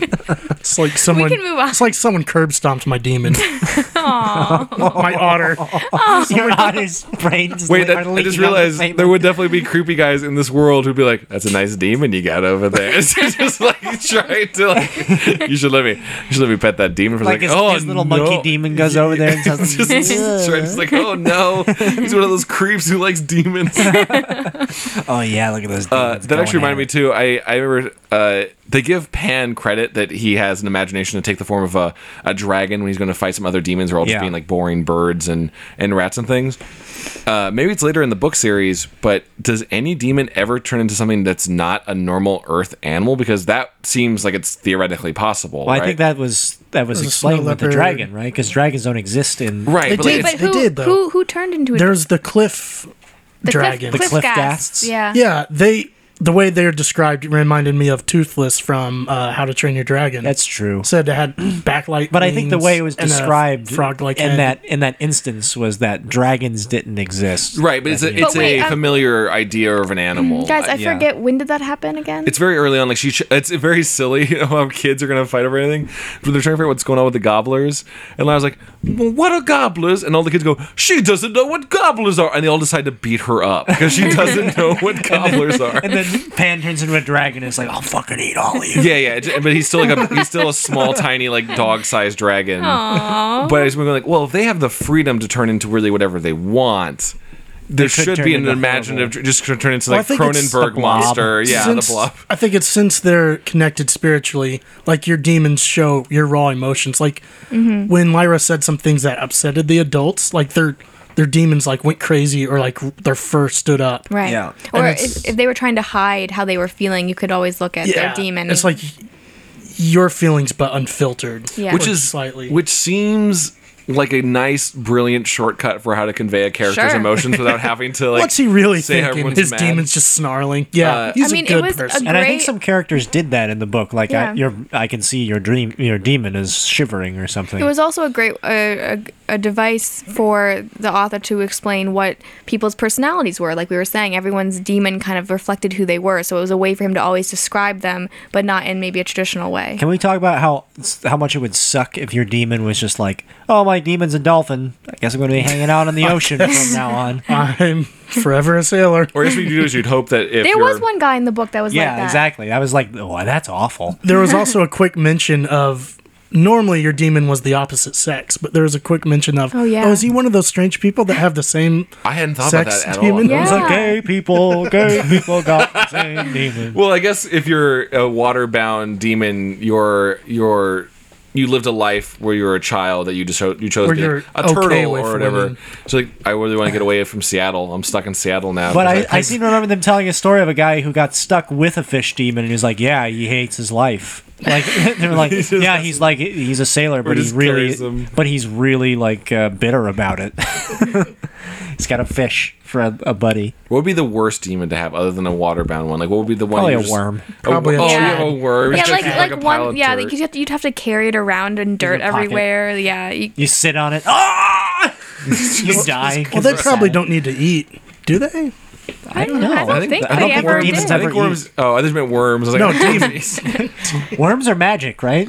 It's like someone.
can move on.
It's like someone curb stomped my
(laughs)
demon. my
(laughs)
otter.
(laughs) Your otter's brain just
Wait,
le-
that,
are
I
leaking
just
out the
realized
same-
there would definitely be creepy guys in this world who'd be like, "That's a nice demon you got over there." (laughs) It's just like
(laughs)
trying to like, you should let me, you should let me pet that demon for
like
like,
his,
oh
his little
no."
monkey
(laughs)
demon goes over there and tells
Just, just, right, just like, oh no, he's one of those creeps who likes demons.
Oh yeah, look at those.
Uh, that actually reminded me too. I I remember uh, they give Pan credit that he has an imagination to take the form of a, a dragon when he's going to fight some other demons, or all just
Yeah.
being like boring birds and and rats and things. Uh, maybe it's later in the book series, but does any demon ever turn into something that's not a normal Earth animal? Because that seems like it's theoretically possible.
Well, I
right?
think that was that was
There's a
explained
snow
with the
leopard.
dragon, right? Because dragons don't exist in
right.
They
But like,
did-
it's-
But
They
who,
did, though.
who who turned into a
There's the cliff
the
dragon.
Cliff,
The
cliff,
cliff
ghasts.
ghasts?
Yeah.
yeah, they the way they're described reminded me of Toothless from uh, How to Train Your Dragon.
That's true.
said it had (clears throat) backlight.
But I think the way it was
wings and a
described
frog-like
in
head.
that in that instance was that dragons didn't exist.
Right, but it's a, it's
But wait,
a
um,
familiar idea of an animal.
Guys, I
Yeah.
forget when did that happen again?
It's very early on. Like she, it's very silly (laughs) you know, how kids are gonna fight over anything. But they're trying to figure out what's going on with the gobblers. And Lara's like, well, "What are gobblers?" And all the kids go, "She doesn't know what gobblers are." And they all decide to beat her up because she
(laughs)
doesn't know what gobblers are.
And then Pan turns into a dragon and is like, "I'll fucking eat all of
(laughs)
you."
yeah, yeah. it's- But he's still like a he's still a small, tiny, like dog-sized dragon. But I was going like, well, if they have the freedom to turn into really whatever they want. There
could
should
turn
be an
into
imaginative, just turn into
Well, I
like
think it's the
Cronenberg
blob.
monster. Yeah,
Since-
the blob.
I think it's since they're connected spiritually, like your demons show your raw emotions. Like
Mm-hmm.
when Lyra said some things that upsetted the adults, like their their demons like went crazy or like their fur stood up.
right.
Yeah.
And
Or
it's-
if, if they were trying to hide how they were feeling, you could always look at their demon.
It's like your feelings but unfiltered.
Yeah.
which
Or
is
slightly
which seems like a nice, brilliant shortcut for how to convey a character's
Sure. (laughs)
emotions without having to like.
What's he really
say how
thinking?
everyone's
His
mad.
demons just snarling. Yeah,
Uh,
he's
I mean,
a
it
good
was a-
person.
And I think
Great.
some characters did that in the book. Like,
Yeah.
I, your I can see your dream, your demon is shivering or something.
It was also a great uh, a, a device for the author to explain what people's personalities were. Like we were saying, everyone's demon kind of reflected who they were, so it was a way for him to always describe them, but not in maybe a traditional way.
Can we talk about how how much it would suck if your demon was just like, "Oh, my demon's a dolphin. I guess I'm going to be hanging out in
(laughs)
the ocean from now on."
(laughs) I'm forever a sailor.
or if you do is you'd hope that if
There
you're,
was one guy in the book that was like
yeah,
that.
exactly. I was like, "Oh, that's awful."
there was also a quick mention of normally your demon was the opposite sex, but there was a quick mention of
Oh, yeah.
is he one of those strange people that have the same
I hadn't thought
sex
about that at all.
demon?
Yeah.
It's like gay people,
(laughs)
gay people got the same demon.
Well, I guess if you're a waterbound demon, you're you're you lived a life where you were a child that you just cho- you chose
Where
to be
you're
a
okay
turtle
with
or whatever.
women.
So like, I really want to get away from Seattle. I'm stuck in Seattle now.
But
'cause
I, I seem to remember them telling a story of a guy who got stuck with a fish demon, and he was like, "Yeah, he hates his life." Like (laughs) they're like, "Yeah, he's like he's a sailor, but he's
just
really,
carries him."
but he's really like uh, bitter about it." (laughs) he's got a fish for a, a buddy.
what would be the worst demon to have other than a waterbound one? Like what would be the one?
Probably
you
a
just-
worm.
Probably a
oh,
worm.
you have a worm.
Yeah,
It's
like
just
like,
a pile
one.
of
Yeah,
dirt.
like you'd have to, you'd have to carry it around in dirt
pocket.
everywhere. Yeah, you,
You sit on it. Ah! you die.
Well,
'cause
they
you're
probably
sad.
don't need to eat, do they?
I don't know. I don't think,
I
they
think
ever
worms.
demons
did.
I
have- ever
think
eat.
worms. Oh, I just meant worms. (laughs) I was like,
No,
demons.
Worms are magic, right?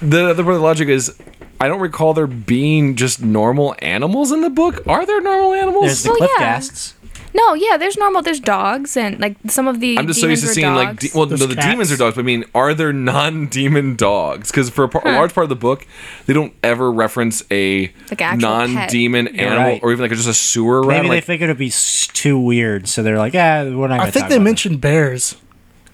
the other part of the logic is, I don't recall there being just normal animals in the book. Are there normal
There's
animals?
the
Well,
cliff
yeah.
ghasts.
No, yeah, there's normal. There's dogs and like some of the.
I'm just so used to seeing like, de-
well,
well, no,
There's
the demons
cats.
are dogs, but I mean, are there non-demon dogs? Because for a, par- a large part of the book, they don't ever reference a
Like an actual pet.
non-demon animal
right.
or even like just a sewer rat.
Maybe they
like,
figured it'd be s- too weird, so they're like, "Yeah, we're not." Gonna
I think
talk
they
about it."
mentioned bears.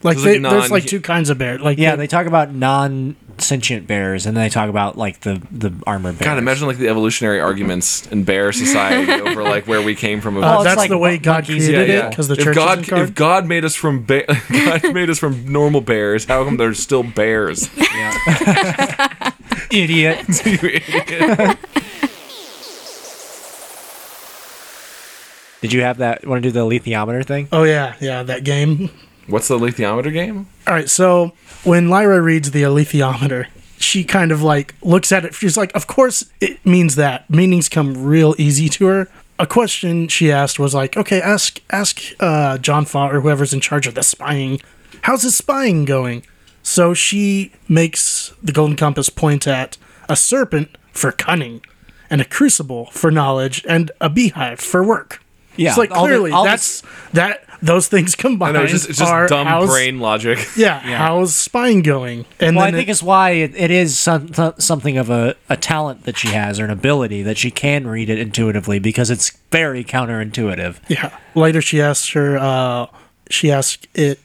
Like,
There's, like,
they, there's like
non-
two kinds of bear. Like
Yeah, they talk about non sentient bears, and then they talk about like the the armored bears. (laughs)
God, imagine like the evolutionary arguments in bear society over like where we came from.
Uh,
Oh, it's
that's
like
the way
mon-
God
monkeys
created
and
it
people.
because the
if
church
God
is in
if God made us from ba- (laughs) God made us from normal bears, how come there's still bears? (laughs)
idiot.
You idiot.
Did you have that? Want to do the lithiometer thing?
Oh yeah, yeah, that game.
What's the lithiometer game?
All right, so when Lyra reads the alethiometer, she kind of like looks at it. She's like, "Of course, it means that. Meanings come real easy to her." A question she asked was like, "Okay, ask ask uh, John Fa or whoever's in charge of the spying. How's his spying going?" So she makes the golden compass point at a serpent for cunning, and a crucible for knowledge, and a beehive for work.
Yeah,
it's like
all the-
clearly
all the-
that's that those things
I
combined
know it's just, it's just
are
dumb
how's-
brain logic.
yeah, how's spying going? And
Well, I
then
think
it-
it's why it, it is some, th- something of a, a talent that she has or an ability that she can read it intuitively because it's very counterintuitive.
yeah. Later, she asks her. Uh, she asks it,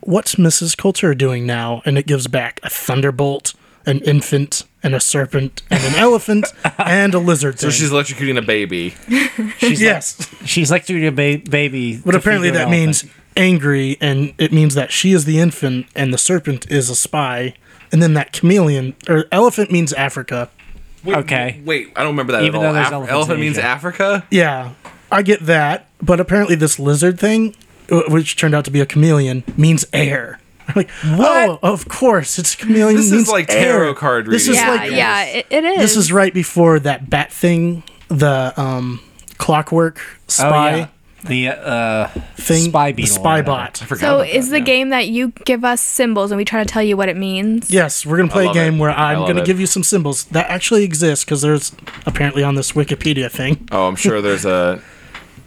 "What's Mrs. Coulter doing now?" And it gives back a thunderbolt, an infant, and a serpent, and an elephant,
(laughs)
and a lizard.
So she's electrocuting a baby.
(laughs)
She's
yes,
like, she's like doing a ba- baby.
but
to
apparently
feed her
that
an
means angry, and it means that she is the infant, and the serpent is a spy. And then that chameleon or elephant means Africa.
Wait,
Okay.
Wait, I don't remember that
Even
at all.
though there's
Af-
elephants in
elephant means
Asia.
Africa.
Yeah, I get that, but apparently this lizard thing, w- which turned out to be a chameleon, means air. (laughs) I'm like, oh, of course, it's chameleon.
This is
means
like
air.
tarot card
This is
reading.
yeah,
like
yeah, it, it is.
this is right before that bat thing, the um, clockwork
elephant.
spy
Oh, yeah. The uh,
thing,
Spy
the
beetle or
spy
whatever.
bot.
Forgot
so
about that,
is the
yeah.
game that you give us symbols and we try to tell you what it means?
Yes, we're gonna play a
love
game
it.
where
I
I'm
love
gonna
it.
give you some symbols that actually exist because there's apparently on this Wikipedia thing.
Oh, I'm sure there's a.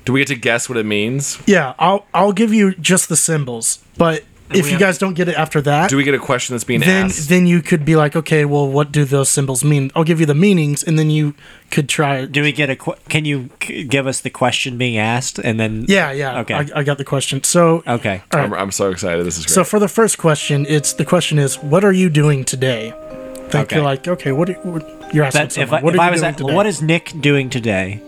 Do we get to guess what it means?
Yeah, I'll I'll give you just the symbols, but if you guys don't get it after that,
Do we get a question that's being
then
asked?
then you could be like, okay, well, what do those symbols mean? I'll give you the meanings, and then you could try.
do we get a? Qu- can you c- give us the question being asked and then?
Yeah, yeah.
Okay. Oh,
I, I got the question. So,
Okay.
all right.
I'm, I'm so excited. This is great.
so for the first question, it's the question is, what are you doing today? Like
Okay.
you're like, okay, what, are, what you're asking?
That, if I,
someone, what
if
are
I
you
was
doing
at,
today?
what is Nick doing today?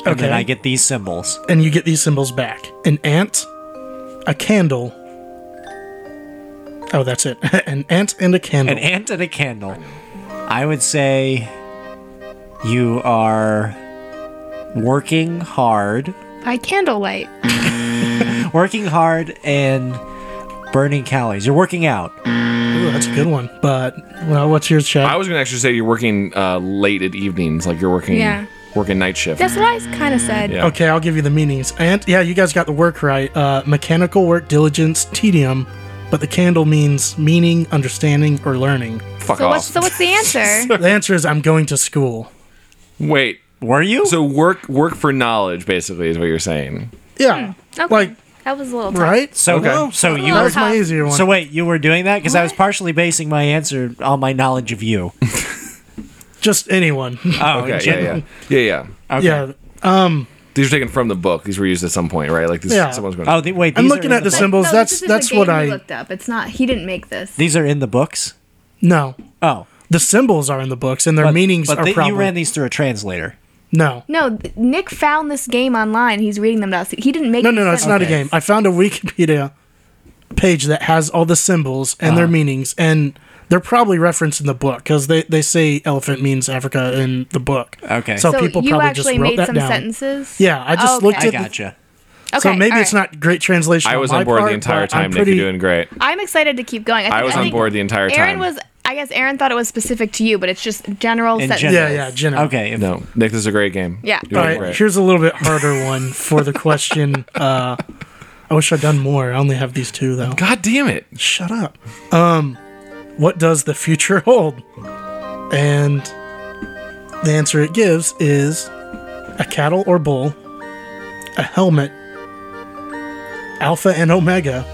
And
okay,
then I get these symbols.
and you get these symbols back: an ant, a candle. Oh, that's it. (laughs) an ant and a candle.
An ant and a candle. I would say you are working hard,
By candlelight.
working hard and burning calories. You're working out.
Ooh, that's a good one. But well, what's yours, Chad?
I was gonna actually say you're working uh, late at evenings, like you're working
Yeah.
working night shift.
That's what I kind of said.
Yeah.
Okay, I'll give you the meanings. And yeah, you guys got the work right. Uh, mechanical work, diligence, tedium, but the candle means meaning, understanding, or
(laughs)
learning.
Fuck
So
off.
what's so what's the answer?
The answer is I'm going to school.
Wait.
Were you?
So work work for knowledge basically is what you're saying.
Yeah,
Hmm.
(laughs)
Okay.
like
that was a little tough.
right.
so
Okay.
so you
That
were
was my easier one.
So wait, you were doing that because I was partially basing my answer on my knowledge
(laughs)
of you.
Just anyone. (laughs)
Oh,
Okay. Yeah.
gen-
Yeah. Yeah. Yeah.
yeah.
These were taken from the book. These were used at some point, right? Like these,
Yeah.
someone's going.
Oh, the, wait.
I'm
these are
looking
in
at the
book?
symbols.
No,
that's
this is
that's
a game
what
he
I
looked up. It's not. He didn't make this.
These are in the books.
no.
Oh,
The symbols are in the books, and their
but-
meanings
But
are
they-
probably
you ran these through a translator.
no.
No, th- Nick found this game online. He's reading them to us. He didn't make.
No, no, no.
these
It's not a
Okay.
game. I found a Wikipedia page that has all the symbols and
Uh-huh.
their meanings, and they're probably referenced in the book because they, they say elephant means Africa in the book.
Okay.
So,
sentences.
people
you
probably
actually
just wrote
made
that
some
down.
sentences. Oh,
Yeah, I just
Okay.
looked
I
at.
gotcha.
Okay,
so maybe
all
it's
right.
not great translation.
I
on
was
my
on board
part,
the entire
but I'm
time, Nick.
pretty-
You're doing great.
I'm excited to keep going. I, think,
was on
think
board the entire time.
Aaron was. I guess Aaron thought it was specific to you, but it's just general
In
sentences.
general.
Yeah, yeah, general.
Okay. if-
No, Nick, this is a great game.
Yeah.
You're
All
doing
right,
great.
here's a little bit harder one for the question.
(laughs)
Uh, I wish I'd done more. I only have these two though.
God damn it!
Shut up. Um, what does the future (laughs) hold? And the answer it gives is a cattle or bull, a helmet, alpha and omega,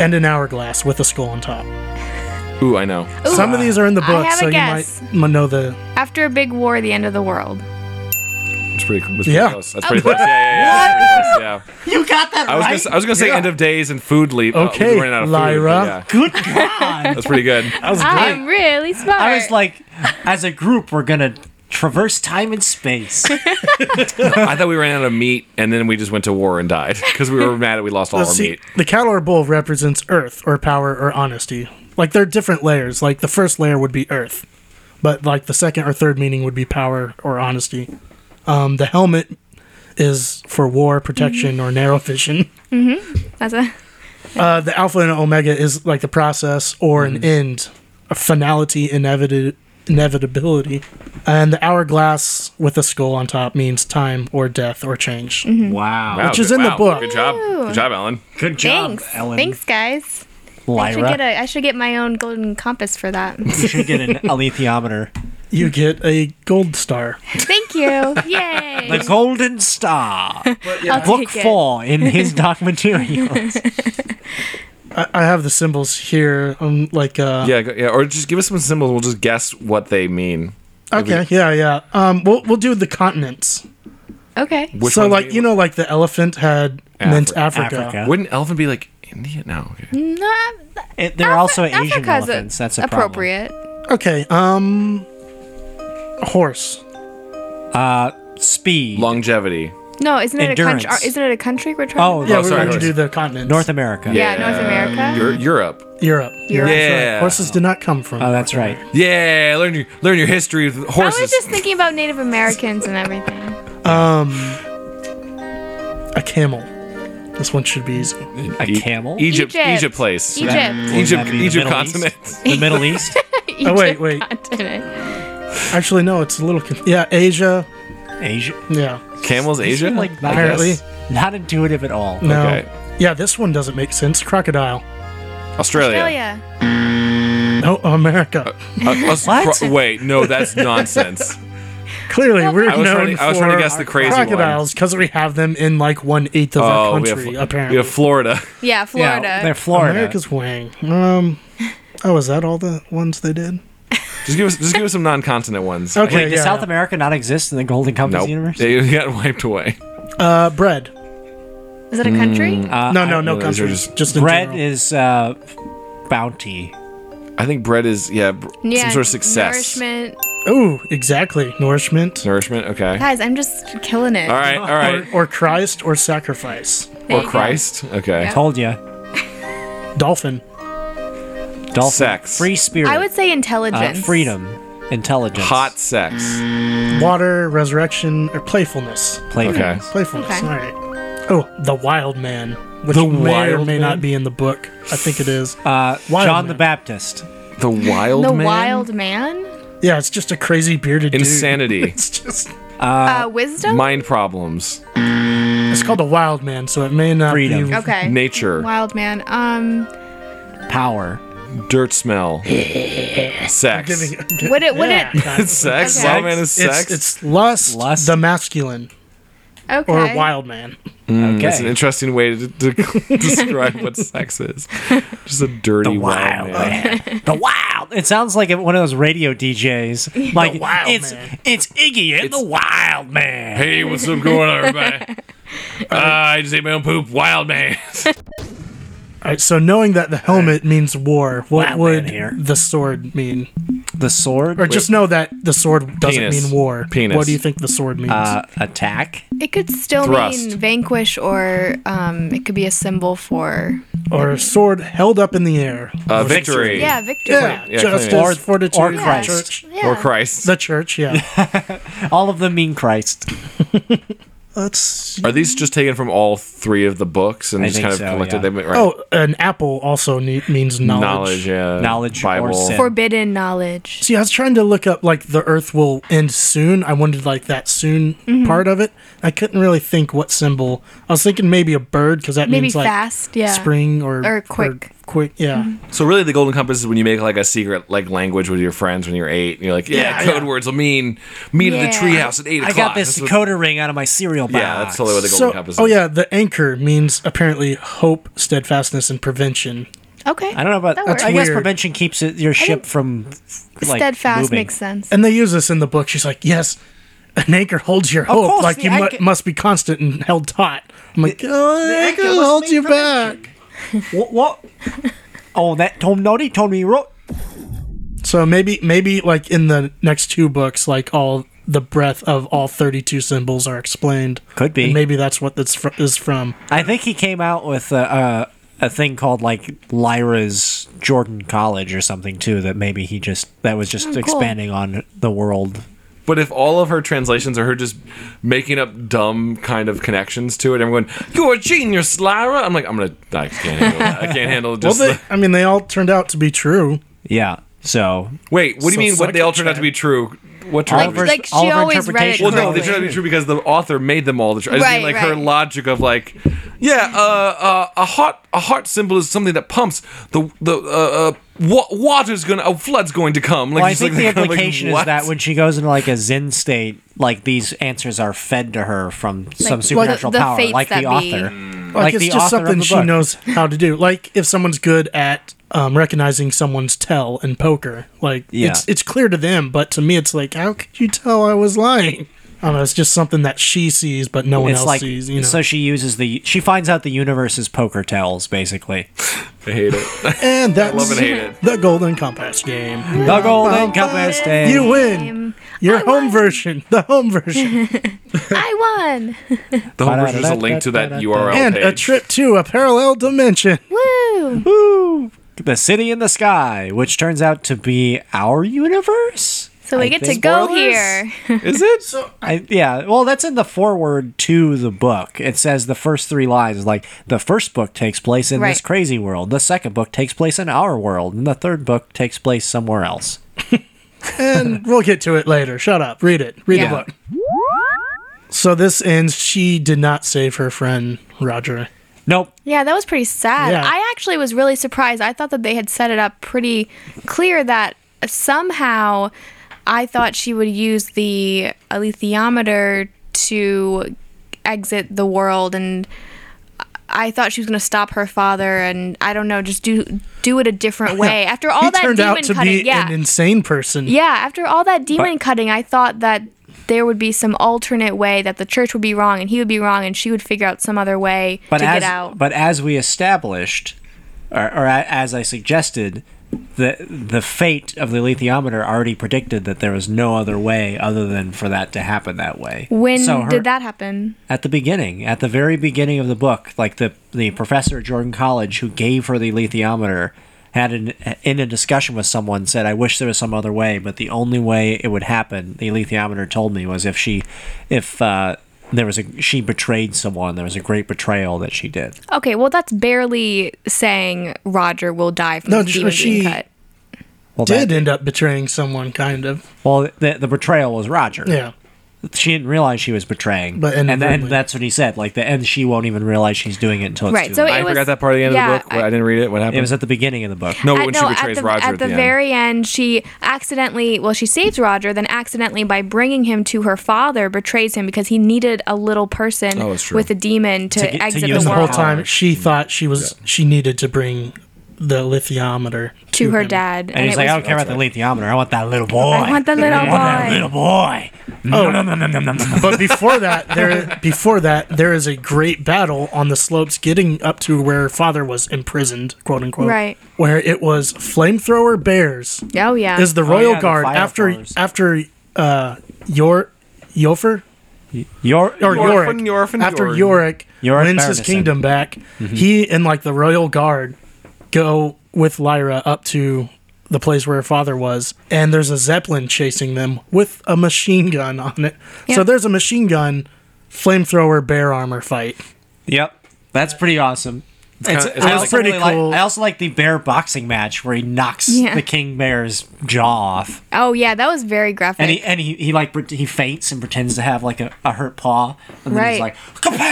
and an hourglass with a skull on top.
Ooh, I know.
Ooh,
Some of these are in the
I
book,
have a
so you might
guess.
m- know the.
after a big war, the end of the world.
It's pretty, it's pretty
Yeah.
close. That's pretty close. Yeah, yeah, yeah. that's pretty close, yeah.
You got that
I was gonna, say- I was gonna say end of days and food leap. uh,
Okay,
we're running out of food, but
Lyra.
yeah.
Good God.
that's pretty good.
(laughs)
I'm really smart.
I was like, as a group, we're gonna traverse time
(laughs)
and space.
I thought we ran out of meat and then we just went to war and died because we were mad that we lost all
Now,
our
see,
meat.
the Catalar Bull represents Earth or power or honesty. Like they're different layers. Like the first layer would be Earth, but like the second or third meaning would be power or honesty. Um, the helmet is for war, protection, or narrow vision.
That's a,
Uh, the Alpha and Omega is like the process or an end, a finality, inevit- inevitability, and the hourglass with a skull on top means time or death or change.
Mm-hmm. Wow.
Wow,
Which is
good-
in the
wow,
book.
Good job, good job, Ellen.
Good job,
Thanks.
Ellen.
Thanks, guys. I should
Lyra.
get a I should get my own golden compass for (laughs) that.
you should get an alethiometer.
You get a gold star.
Thank you. Yay.
The Golden Star.
(laughs) I'll
Book
take it.
four
(laughs)
in his dark materials.
I, I have the symbols here. Um, like uh,
Yeah, go- yeah. Or just give us some symbols. We'll just guess what they mean.
Okay, yeah, yeah. Um, we'll we'll do the continents.
okay.
Which
so
ones
like
mean-
you know, like the elephant had meant
Afri-
Africa.
Africa.
wouldn't elephant be like India? No. Okay.
No,
It- there are also Asian
Africa's
elephants. That's a problem.
appropriate.
Okay. Um, horse.
Uh, Speed.
Longevity.
No, isn't it a country?
Endurance.
are- Isn't it a country we're trying?
oh,
to-
Yeah,
Oh,
we
sorry,
wanted to
horse.
do the continents.
North America.
yeah, North America.
Eur- Europe.
Europe. Europe.
Yeah.
Horses did not come from.
Oh, that's right.
Yeah, learn your learn your history with
I
horses.
was just thinking about Native Americans and everything. (laughs)
Oh,
a camel. This one should be easy.
A camel?
Egypt,
Egypt.
Egypt place.
Egypt.
Would that
Egypt,
be the
Egypt
Middle East?
continent.
The Middle East?
Oh wait, wait.
continent.
Actually, no. It's a little. Conf- yeah, Asia.
Asia?
Yeah.
Camels, Asia.
Like,
I
Apparently.
guess.
Not intuitive at all.
No.
Okay.
Yeah, this one doesn't make sense. Crocodile.
Australia.
Australia.
No, America.
Uh,
(laughs)
Aus-
What?
Cro- wait, no, that's nonsense.
Clearly, we're
I was
known
trying to-
for
I was trying to guess the crazy one.
crocodiles because we have them in like one eighth of
oh,
our
we,
country.
have,
apparently,
we have Florida. (laughs)
Yeah, Florida.
Yeah, they're Florida.
America's Wang. Um, oh, is that all the ones they did?
Just give us, just give us some non-continent ones.
Okay,
Wait, does South America not exist in the Golden Compass
Nope.
universe?
They (laughs) got wiped away.
Uh, bread.
Is it a country?
Uh,
No, no,
I-
no
those
country.
are
Just,
just-
in
Bread
general.
is uh, bounty.
I think bread is yeah, br-
yeah,
some sort of success.
Nourishment.
Ooh, exactly. Nourishment,
Nourishment, Okay.
Guys, I'm just killing it.
All right. All right.
or Christ, or sacrifice.
There
Or
you go.
Christ. Okay.
Told you.
Dolphin.
Dolphin.
Sex.
Free spirit.
I would say
uh,
intelligence.
freedom. Intelligence.
Hot sex.
Water, resurrection, or playfulness.
Playfulness.
Playfulness.
Okay.
All right. Oh, the wild man, which
The
may or
wild
may
man?
not be in the book. I think it is.
Uh,
Wild
John
man.
the Baptist.
The wild
The
man.
wild man.
yeah, it's just a crazy bearded dude. (laughs)
Insanity.
It's just.
Uh, wisdom.
Mind problems.
It's called a wild man, so it may not
Freedom.
(laughs) be.
okay.
Nature.
Wild man. Um,
Power.
(laughs)
Dirt smell. sex.
Giving,
would it? Would
yeah.
it?
(laughs) sex.
Okay.
Wild man is sex.
It's, it's lust,
Lust.
the masculine,
Okay.
or wild man.
Hmm, That's an
Okay.
interesting way to, to (laughs) describe what
(laughs)
sex is. Just a dirty wild,
(laughs)
man.
the wild. It sounds like one of those
(laughs)
radio DJs. Like
wild
it's
man.
it's Iggy and the Wild Man.
Hey, what's up going on, everybody?
(laughs)
Uh, I just ate my own poop. Wild man.
All right, so knowing that the helmet means war, what
Wild
would
man here.
the sword mean?
The sword.
Or just know that the sword doesn't
Penis.
mean war.
Penis.
What do you think the sword means?
uh, attack.
It could still
Thrust.
mean vanquish, or um, it could be a symbol for
or a sword held up in the air.
Uh, victory.
yeah, victory.
yeah,
yeah,
justice
claim
it.
for the
Or- or
church.
Christ.
Church.
Yeah.
Or Christ.
The church,
(laughs)
yeah.
All of them mean Christ.
Let's.
Are these just taken from all three of the books and
I
just
think
kind of
so,
collected?
yeah.
They went, right.
Oh, an apple also ne- means knowledge.
knowledge, yeah,
Knowledge or
Bible.
sin.
Forbidden knowledge.
See, I was trying to look up like the Earth will end soon. I wanted like that soon part of it. I couldn't really think what symbol. I was thinking maybe a bird because that
Maybe
means like
fast, yeah.
spring or
Or quick.
quick, yeah.
So really, the golden compass is when you make like a secret like language with your friends when you're eight. And you're like, yeah,
Yeah,
code
yeah.
words will mean meet at the
Yeah.
treehouse at eight
I
o'clock.
got this
That's what-
decoder ring out of my cereal box.
yeah, that's totally what the golden
So,
compass is.
oh yeah, the anchor means apparently hope, steadfastness, and prevention.
Okay.
I don't know about.
That
I
works.
guess
weird.
prevention keeps it, your ship from like
Steadfast
moving.
makes sense.
And they use this in the book. She's like, yes, an anchor holds your hope,
course,
like
the
you mu-
anchor-
must be constant and held taut. I'm like, oh, the anchor,
anchor must
holds
be
you
constant."
back.
(laughs) What? What? oh, that Tom Noddy told me wrong.
So maybe, maybe like in the next two books, like all the breadth of all 32 symbols are explained.
Could be.
And maybe that's what this fr- is from.
I think he came out with a, uh a thing called like Lyra's Jordan College or something too. That maybe he just that was
Oh,
just expanding on the world.
But if all of her translations are her just making up dumb kind of connections to it, everyone, you're a genius, Lyra. I'm like, I'm gonna, I can't handle that. I can't handle
Well,
just.
they,
the-
I mean, they all turned out to be true.
Yeah. So
wait, what do you
So
mean? What they all turned out to
suck
be true? What turned
Like,
out to be
Oliver's-
like she
Oliver
always read it
interpretation.
Well, no,
correctly.
they turned out to be true because the author made them all the truth. I just mean,
Right,
like her
right.
logic of like, yeah, uh, uh, a heart, a heart symbol is something that pumps the the uh, uh, wa- water's gonna, a flood's going to come. Like,
Well, I
just
think
(laughs) like,
the
kind of, like,
implication is
what?
that when she goes into like a Zen state, like these answers are fed to her from some
the-
supernatural
the
power,
fates
like
that
the
be-
author.
Mm.
Like,
the
it's just
author of
something
the
she
book.
knows how to do. Like if someone's good at um, recognizing someone's tell in poker, like
Yeah.
it's it's clear to them, but to me, it's like how could you tell I was lying?
(laughs)
I don't know. It's just something that she sees, but no one
It's
else
like
sees. You know,
so she uses the she finds out the universe's poker tells
(laughs)
basically.
I hate it. (laughs)
and that's
love and hate it.
the Golden Compass game.
The golden compass day.
You win. Your
I
home
won.
version, the home version,
I won.
The whole version is a link to that URL
and
page.
a trip to a parallel dimension.
Woo!
Woo! The city in the sky, which turns out to be our universe.
So we
I
get to
think-
go
Spoilers?
here.
Is it?
I, yeah, well, that's in the foreword to the book. It says the first three lines, like the first book takes place in this
Right.
crazy world, the second book takes place in our world, and the third book takes place somewhere else.
(laughs)
and we'll get to it later. Shut up. Read it. Read
Yeah.
the book. So this ends. She did not save her friend Roger.
Nope.
Yeah, that was pretty sad.
Yeah.
I actually was really surprised. I thought that they had set it up pretty clear that somehow I thought she would use the alethiometer to exit the world and I thought she was going to stop her father and I don't know, just do do it
(laughs)
a different way. After all
he
that
turned
demon
out to
cutting,
be
yeah.
an insane person.
Yeah, after all that demon
But-
cutting, I thought that there would be some alternate way that the church would be wrong and he would be wrong and she would figure out some other way
But
to
as
get out.
but as we established, or, or a- as I suggested, the the fate of the lithiometer already predicted that there was no other way other than for that to happen that way.
when
So her-
did that happen?
at the beginning, at the very beginning of the book, like the the professor at Jordan College who gave her the lithiometer had an, in a discussion with someone said, "I wish there was some other way, but the only way it would happen, the lithiometer told me, was if she, if uh, there was a she betrayed someone. There was a great betrayal that she did.
Okay, well that's barely saying Roger will die from
No,
the
sh-
demon
she-
being cut.
Well,
Did
that,
end up betraying someone, kind of.
well the, the betrayal was Roger.
Yeah.
she didn't realize she was betraying,
But
and then
inadvertently.
that's what he said. Like the end, she won't even realize she's doing it until it's
Right.
Too
So
late.
it
I
was,
forgot that part of the end
yeah,
of the book. What- I didn't read it. What happened?
It was at the beginning of the book.
no,
at-
when
no,
she betrays
at the,
Roger
at the,
end.
very end, she accidentally, well, she saves Roger, then accidentally by bringing him to her father, betrays him because he needed a little person
Oh, that's true.
with a demon to,
To get- to
exit
use
the
The whole
world
time
Wow.
she thought she was she needed to bring the lithiometer
to her
him.
dad.
And, he's
it
like, I
was-
don't care about the lithiometer. I want that little boy. Mm-hmm.
I want the little boy.
little boy. Oh, No, no, no, no, no, no, no.
But before that, there before that there is a great battle on the slopes getting up to where father was imprisoned, quote unquote.
Right.
Where it was flamethrower bears
Oh yeah.
is the
yeah,
royal
the
guard
fire
after
force.
after uh your Yofer
(laughs) Your,
or Yorick,
Yorfin, Yorfin,
after
Yorn.
Yorick,
Yorick Mm-hmm.
wins his
Barrennison.
kingdom back he and like the royal guard go with Lyra up to the place where her father was and there's a zeppelin chasing them with a machine gun on it so
Yeah.
there's a machine gun flamethrower bear armor fight
Yep. That's pretty awesome. It's,
kinda- it's
I
kinda
also
like- pretty
really like-
cool.
I also like the bear boxing match where he knocks
Yeah.
the king bear's jaw off,
oh yeah, that was very graphic.
and he and he, he like pre- he faints and pretends to have like a, a hurt paw, and then he's
Right.
like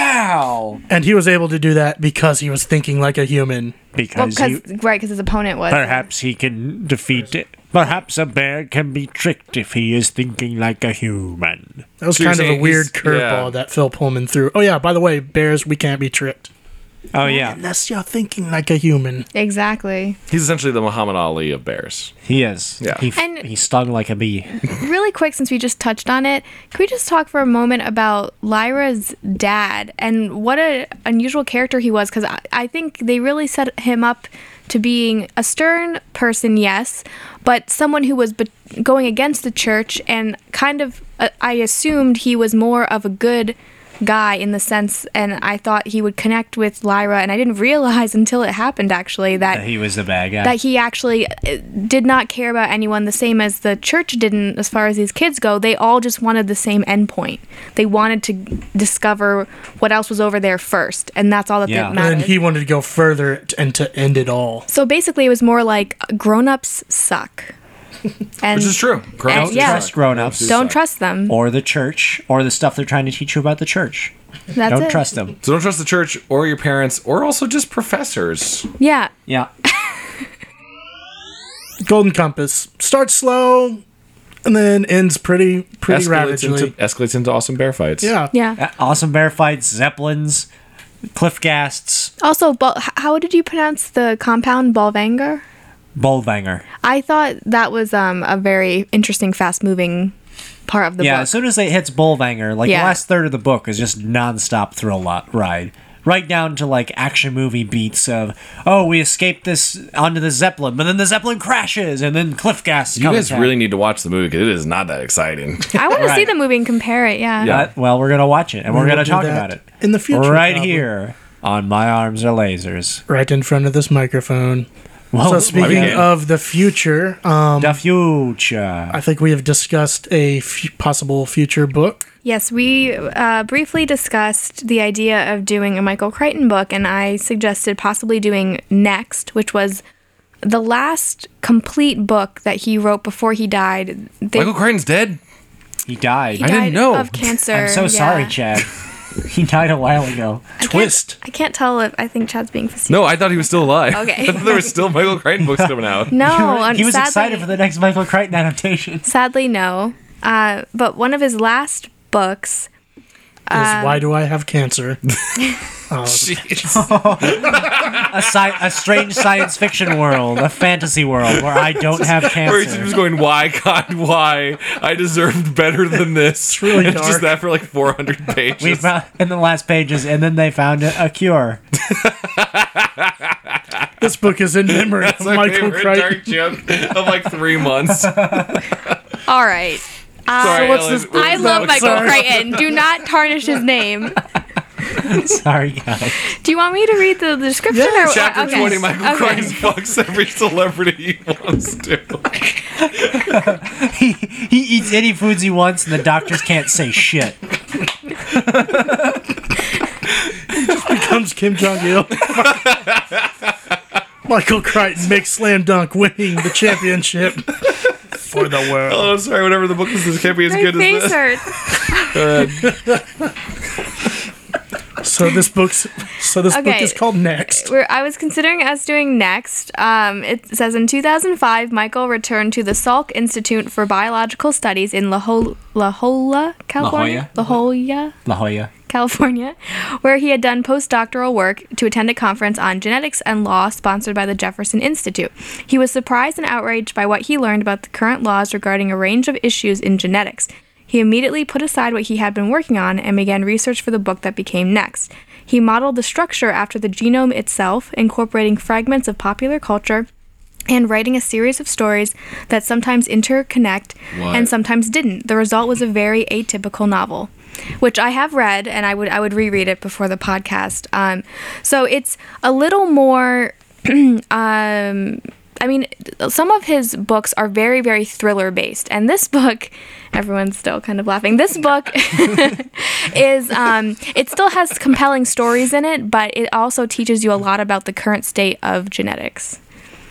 kapow
and he was able to do that because he was thinking like a human
well,
because
cause,
he,
right, because his opponent was
perhaps he can defeat it. Perhaps a bear can be tricked if he is thinking like a human.
that was
So you're
kind of
saying
a weird
he's- yeah.
curveball that phil pullman threw oh yeah by the way bears we can't be tricked
Oh yeah,
Unless you're thinking like a human.
Exactly.
He's essentially the Muhammad Ali of bears.
he is.
Yeah.
He, f-
And-
he stung like a bee.
Really quick, since we just touched on it, can we just talk for a moment about Lyra's dad and what a unusual character he was? Because I, I think they really set him up to being a stern person, yes, but someone who was be- going against the church and kind of, uh, I assumed he was more of a good guy in the sense, and I thought he would connect with Lyra, and I didn't realize (laughs) until it happened actually that
He was the bad guy.
that he actually uh, did not care about anyone the same as the church didn't as far as these kids go they all just wanted the same endpoint they wanted to discover what else was over there first and that's all that
Yeah.
that
And
And
mattered
then he wanted to go further t- and to end it all.
so basically it was more like grown-ups suck and
Which is true. Grown-ups
yeah.
do
Trust
suck.
grown-ups.
do
don't
suck.
trust them
or the church, or the stuff they're trying to teach you about the church.
that's
Don't
it
trust them.
So don't trust the church or your parents or also just professors.
yeah
Yeah.
Golden Compass starts slow, and then ends pretty pretty
Escalates
ravagely.
into, escalates into awesome bear fights.
yeah.
yeah
awesome bear fights, zeppelins, cliff casts,
also Bal- h- how did you pronounce the compound balvanger
bullvanger.
i thought that was um, a very interesting fast-moving part of the
Yeah,
book
as soon as it hits bullvanger, like
Yeah.
the last third of the book is just nonstop thrill lot ride. Right down to like action movie beats of oh we escaped this onto the zeppelin but then the zeppelin crashes and then cliff gas.
You guys really need to watch the movie because it is not that exciting.
I want to see
Right.
the movie and compare it. Yeah.
Yeah.
well we're gonna watch it and we are
will
gonna
do
talk
that
about it
in the future,
right
probably.
here on my arms are lasers.
Right in front of this microphone.
Well,
So
Oh, I
speaking
mean-
of the future, um,
the future.
I think we have discussed a f- possible future book.
Yes, we uh, briefly discussed the idea of doing a Michael Crichton book, and I suggested possibly doing Next, which was the last complete book that he wrote before he died. They,
(laughs) Michael Crichton's dead?
He died.
he
I
died
didn't know.
of cancer.
I'm so
yeah.
sorry, Chad. he died a while
(laughs)
ago.
Twist.
I can't tell if I think Chad's being facetious.
No, I thought he was still alive.
Okay.
(laughs) I thought there were still Michael Crichton books coming
(laughs)
out.
No,
(laughs)
un-
he was
sadly,
excited for the next Michael Crichton adaptation.
Sadly, no. Uh, but one of his last books um,
is why do I have cancer? (laughs)
(laughs) Jeez.
A, sci- a strange science fiction world, a fantasy world where I don't have
Where he's just
cancer.
going, why, God, why? I deserved better than this. It's
really
It's
dark.
just that for
(laughs)
like 400 pages.
We found in the last pages, and then they found a, a cure. (laughs)
this book is in
(laughs)
memory of
It's my
Michael
favorite
Crichton. (laughs)
dark joke of like three
(laughs)
months. Sorry,
All right. Uh,
what's
Ellen,
this-
we're-
I love Michael
sorry.
Crichton. Do not tarnish his
(laughs)
name.
Sorry, guys. (laughs)
Do you want me to read the description or
Chapter
okay.
20, Michael
Okay.
Crichton fucks every celebrity he wants
(laughs)
to.
He, he eats any foods he wants, and the doctors can't say shit.
Comes Kim Jong Il. (laughs) Michael Crichton makes slam dunk, winning the
(laughs)
championship for the world.
Oh, sorry, whatever the book is, this can't be as
My
good as
face
this.
hurts.
So this book's so this book
Okay.
is called Next.
We're, I was considering us doing next. Um, it says in 2005, Michael returned to the Salk Institute for Biological Studies in La, Hol- La Jolla, California. La Jolla,
La Jolla.
California, where he had done postdoctoral work to attend a conference on genetics and law sponsored by the Jefferson Institute. He was surprised and outraged by what he learned about the current laws regarding a range of issues in genetics. He immediately put aside what he had been working on and began research for the book that became Next. He modeled the structure after the genome itself, incorporating fragments of popular culture and writing a series of stories that sometimes interconnect and sometimes didn't. The result was a very atypical novel, which I have read and I would I would reread it before the podcast. Um, so it's a little more. (clears throat) um, I mean, some of his books are very, very thriller based, and this book, (laughs) everyone's still kind of laughing. This book (laughs) is um, it still has compelling stories in it, but it also teaches you a lot about the current state of genetics.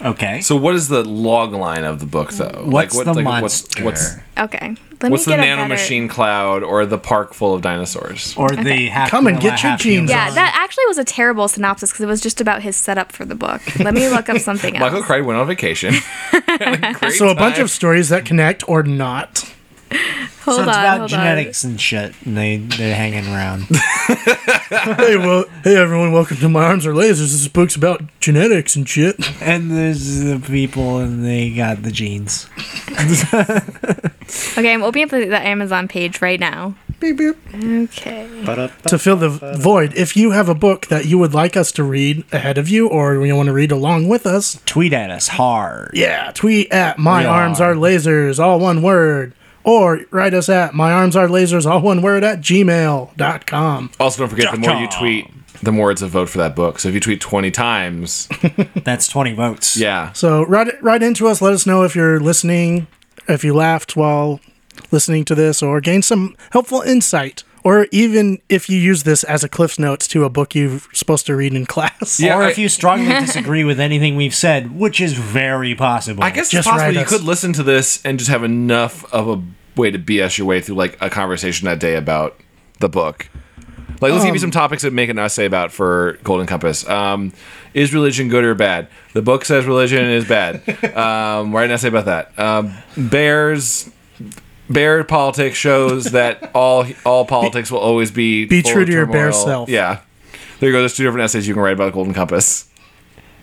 Okay.
So, what is the log line of the book, though?
what's
what-
the
what's-
monster?
What's,
Okay. Let
what's
me
the
get a
nano
better-
machine cloud or the park full of dinosaurs?
or the half
Come and
gorilla,
get your
half human.
jeans
Yeah,
on.
that actually was a terrible synopsis because it was just about his setup for the book. Let me look
(laughs)
up something else.
Michael
(laughs)
Crichton went on vacation.
so a bunch of stories that connect or not.
so
Hold on,
it's about
hold
genetics and shit, and they they're hanging (laughs) around.
hey, well, hey everyone, welcome to my arms are lasers. This is books about genetics and shit.
and there's the people, and they got the genes.
Okay, I'm opening up the, the Amazon page right now. Okay.
to fill the void, if you have a book that you would like us to read ahead of you, or you want to read along with us,
Tweet at us hard.
yeah, tweet at my
Real
arms are
hard.
lasers, all one word. Or write us at my arms are lasers, all one word at gmail.com.
Also, don't forget the more you tweet, the more it's a vote for that book. So if you tweet 20 times,
That's twenty votes.
yeah.
So write write into us. Let us know if you're listening, if you laughed while listening to this, or gained some helpful insight, or even if you use this as a cliff's notes to a book you're supposed to read in (laughs) class.
Yeah,
or
I-
if you strongly disagree with anything we've said, which is very possible.
I guess
Just
it's possible
write
you
us.
could listen to this and just have enough of a way to BS your way through like a conversation that day about the book. Like, let's give
Um.
you some topics that make an essay about for Golden Compass. Um, is religion good or bad? The book says religion
(laughs)
is bad. um, write an essay about that. Um, bears, bear politics shows that all all politics will always be
Be
full
true
of
to your bear
turmoil.
self.
Yeah, there you go. There's two different essays you can write about Golden Compass.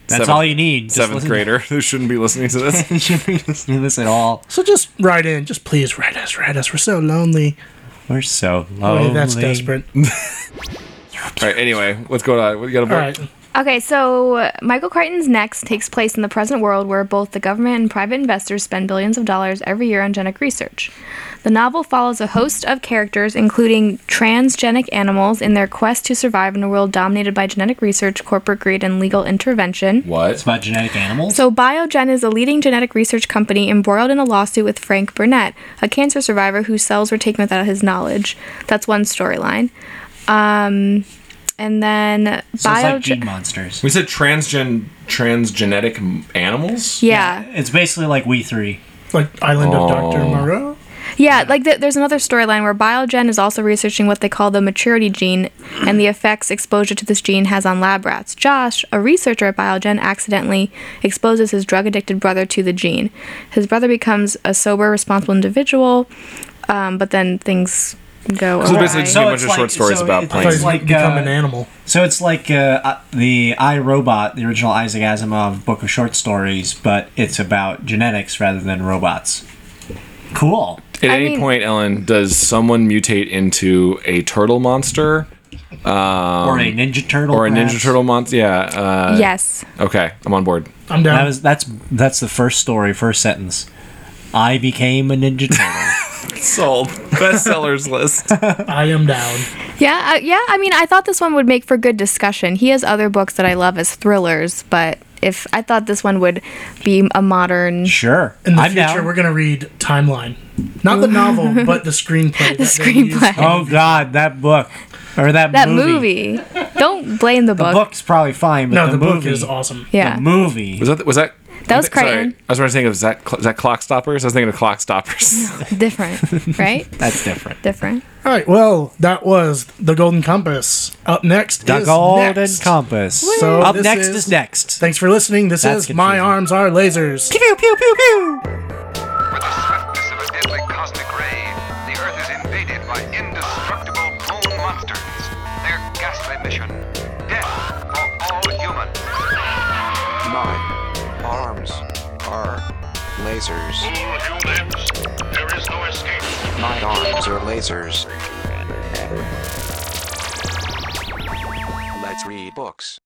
that's
seventh-
all you need. Just
Seventh
listen-
grader (laughs) who shouldn't be listening to
(laughs)
this.
You shouldn't be listening to this at all.
So just write in. Just please write us. Write us. We're so lonely.
We're so
Boy,
lonely.
that's desperate.
All right. Anyway, what's going on? What you got a book?
All right.
Okay, so uh, Michael Crichton's Next takes place in the present world where both the government and private investors spend billions of dollars every year on genetic research. The novel follows a host of characters, including transgenic animals, in their quest to survive in a world dominated by genetic research, corporate greed, and legal intervention.
What?
It's about genetic animals.
So, Biogen is a leading genetic research company embroiled in a lawsuit with Frank Burnett, a cancer survivor whose cells were taken without his knowledge. That's one storyline. Um, and then
So it's like
Biogen-
gene monsters.
We said transgen transgenetic m- animals.
yeah.
It's basically like we three.
Like Island of Dr. Moreau.
Yeah, like th- there's another storyline where Biogen is also researching what they call the maturity gene and the effects exposure to this gene has on lab rats. Josh, a researcher at Biogen, accidentally exposes his drug addicted brother to the gene. His brother becomes a sober, responsible individual, um, but then things go
So
awry.
basically, just a
So
bunch
it's
of
like-
short stories
so
about
it's
Like,
planes.
like,
become
uh,
an animal.
So it's like uh, uh, the I Robot, the original Isaac Asimov book of short stories, but it's about genetics rather than robots. Cool.
At
I
any
mean-
point, Ellen, does someone mutate into a turtle monster
or a Ninja Turtle.
Um,
Oh,
or a Ninja
perhaps.
Turtle monster? Yeah. Uh,
yes.
Okay, I'm on board.
I'm down.
That was that's that's the first story, first sentence. I became a Ninja
(laughs)
Turtle.
Sold. (laughs) Bestsellers list.
I am down.
Yeah, uh, yeah. I mean, I thought this one would make for good discussion. He has other books that I love as thrillers, but if I thought this one would be a modern.
sure.
In the
I'm
future,
down.
we're going to read Timeline. Not the novel, but the screenplay.
The
that they used.
screenplay.
Oh God, that book or that
that
movie.
movie. Don't blame the
The
book.
book's probably fine, but
No,
the,
the book
movie
is awesome.
yeah.
The movie.
Was that? Was that?
That was
sorry,
Crichton.
I was trying to think of is that, cl- is that Clock Stoppers? I was thinking of
(laughs)
Clock Stoppers.
Different, (laughs) right?
That's different.
Different.
All right. Well, that was The Golden Compass. Up next
The
is
Golden
next.
Compass.
So
Up
this is-
next is, next.
Thanks for listening. This
That's
is My
confusing.
Arms Are Lasers.
Pew pew pew pew.
With the swiftness of a deadly cosmic ray, the Earth is invaded by indestructible bone monsters. Their ghastly mission, death for all humans.
My arms are lasers.
Fool humans, there is no escape.
My arms are lasers. Let's read books.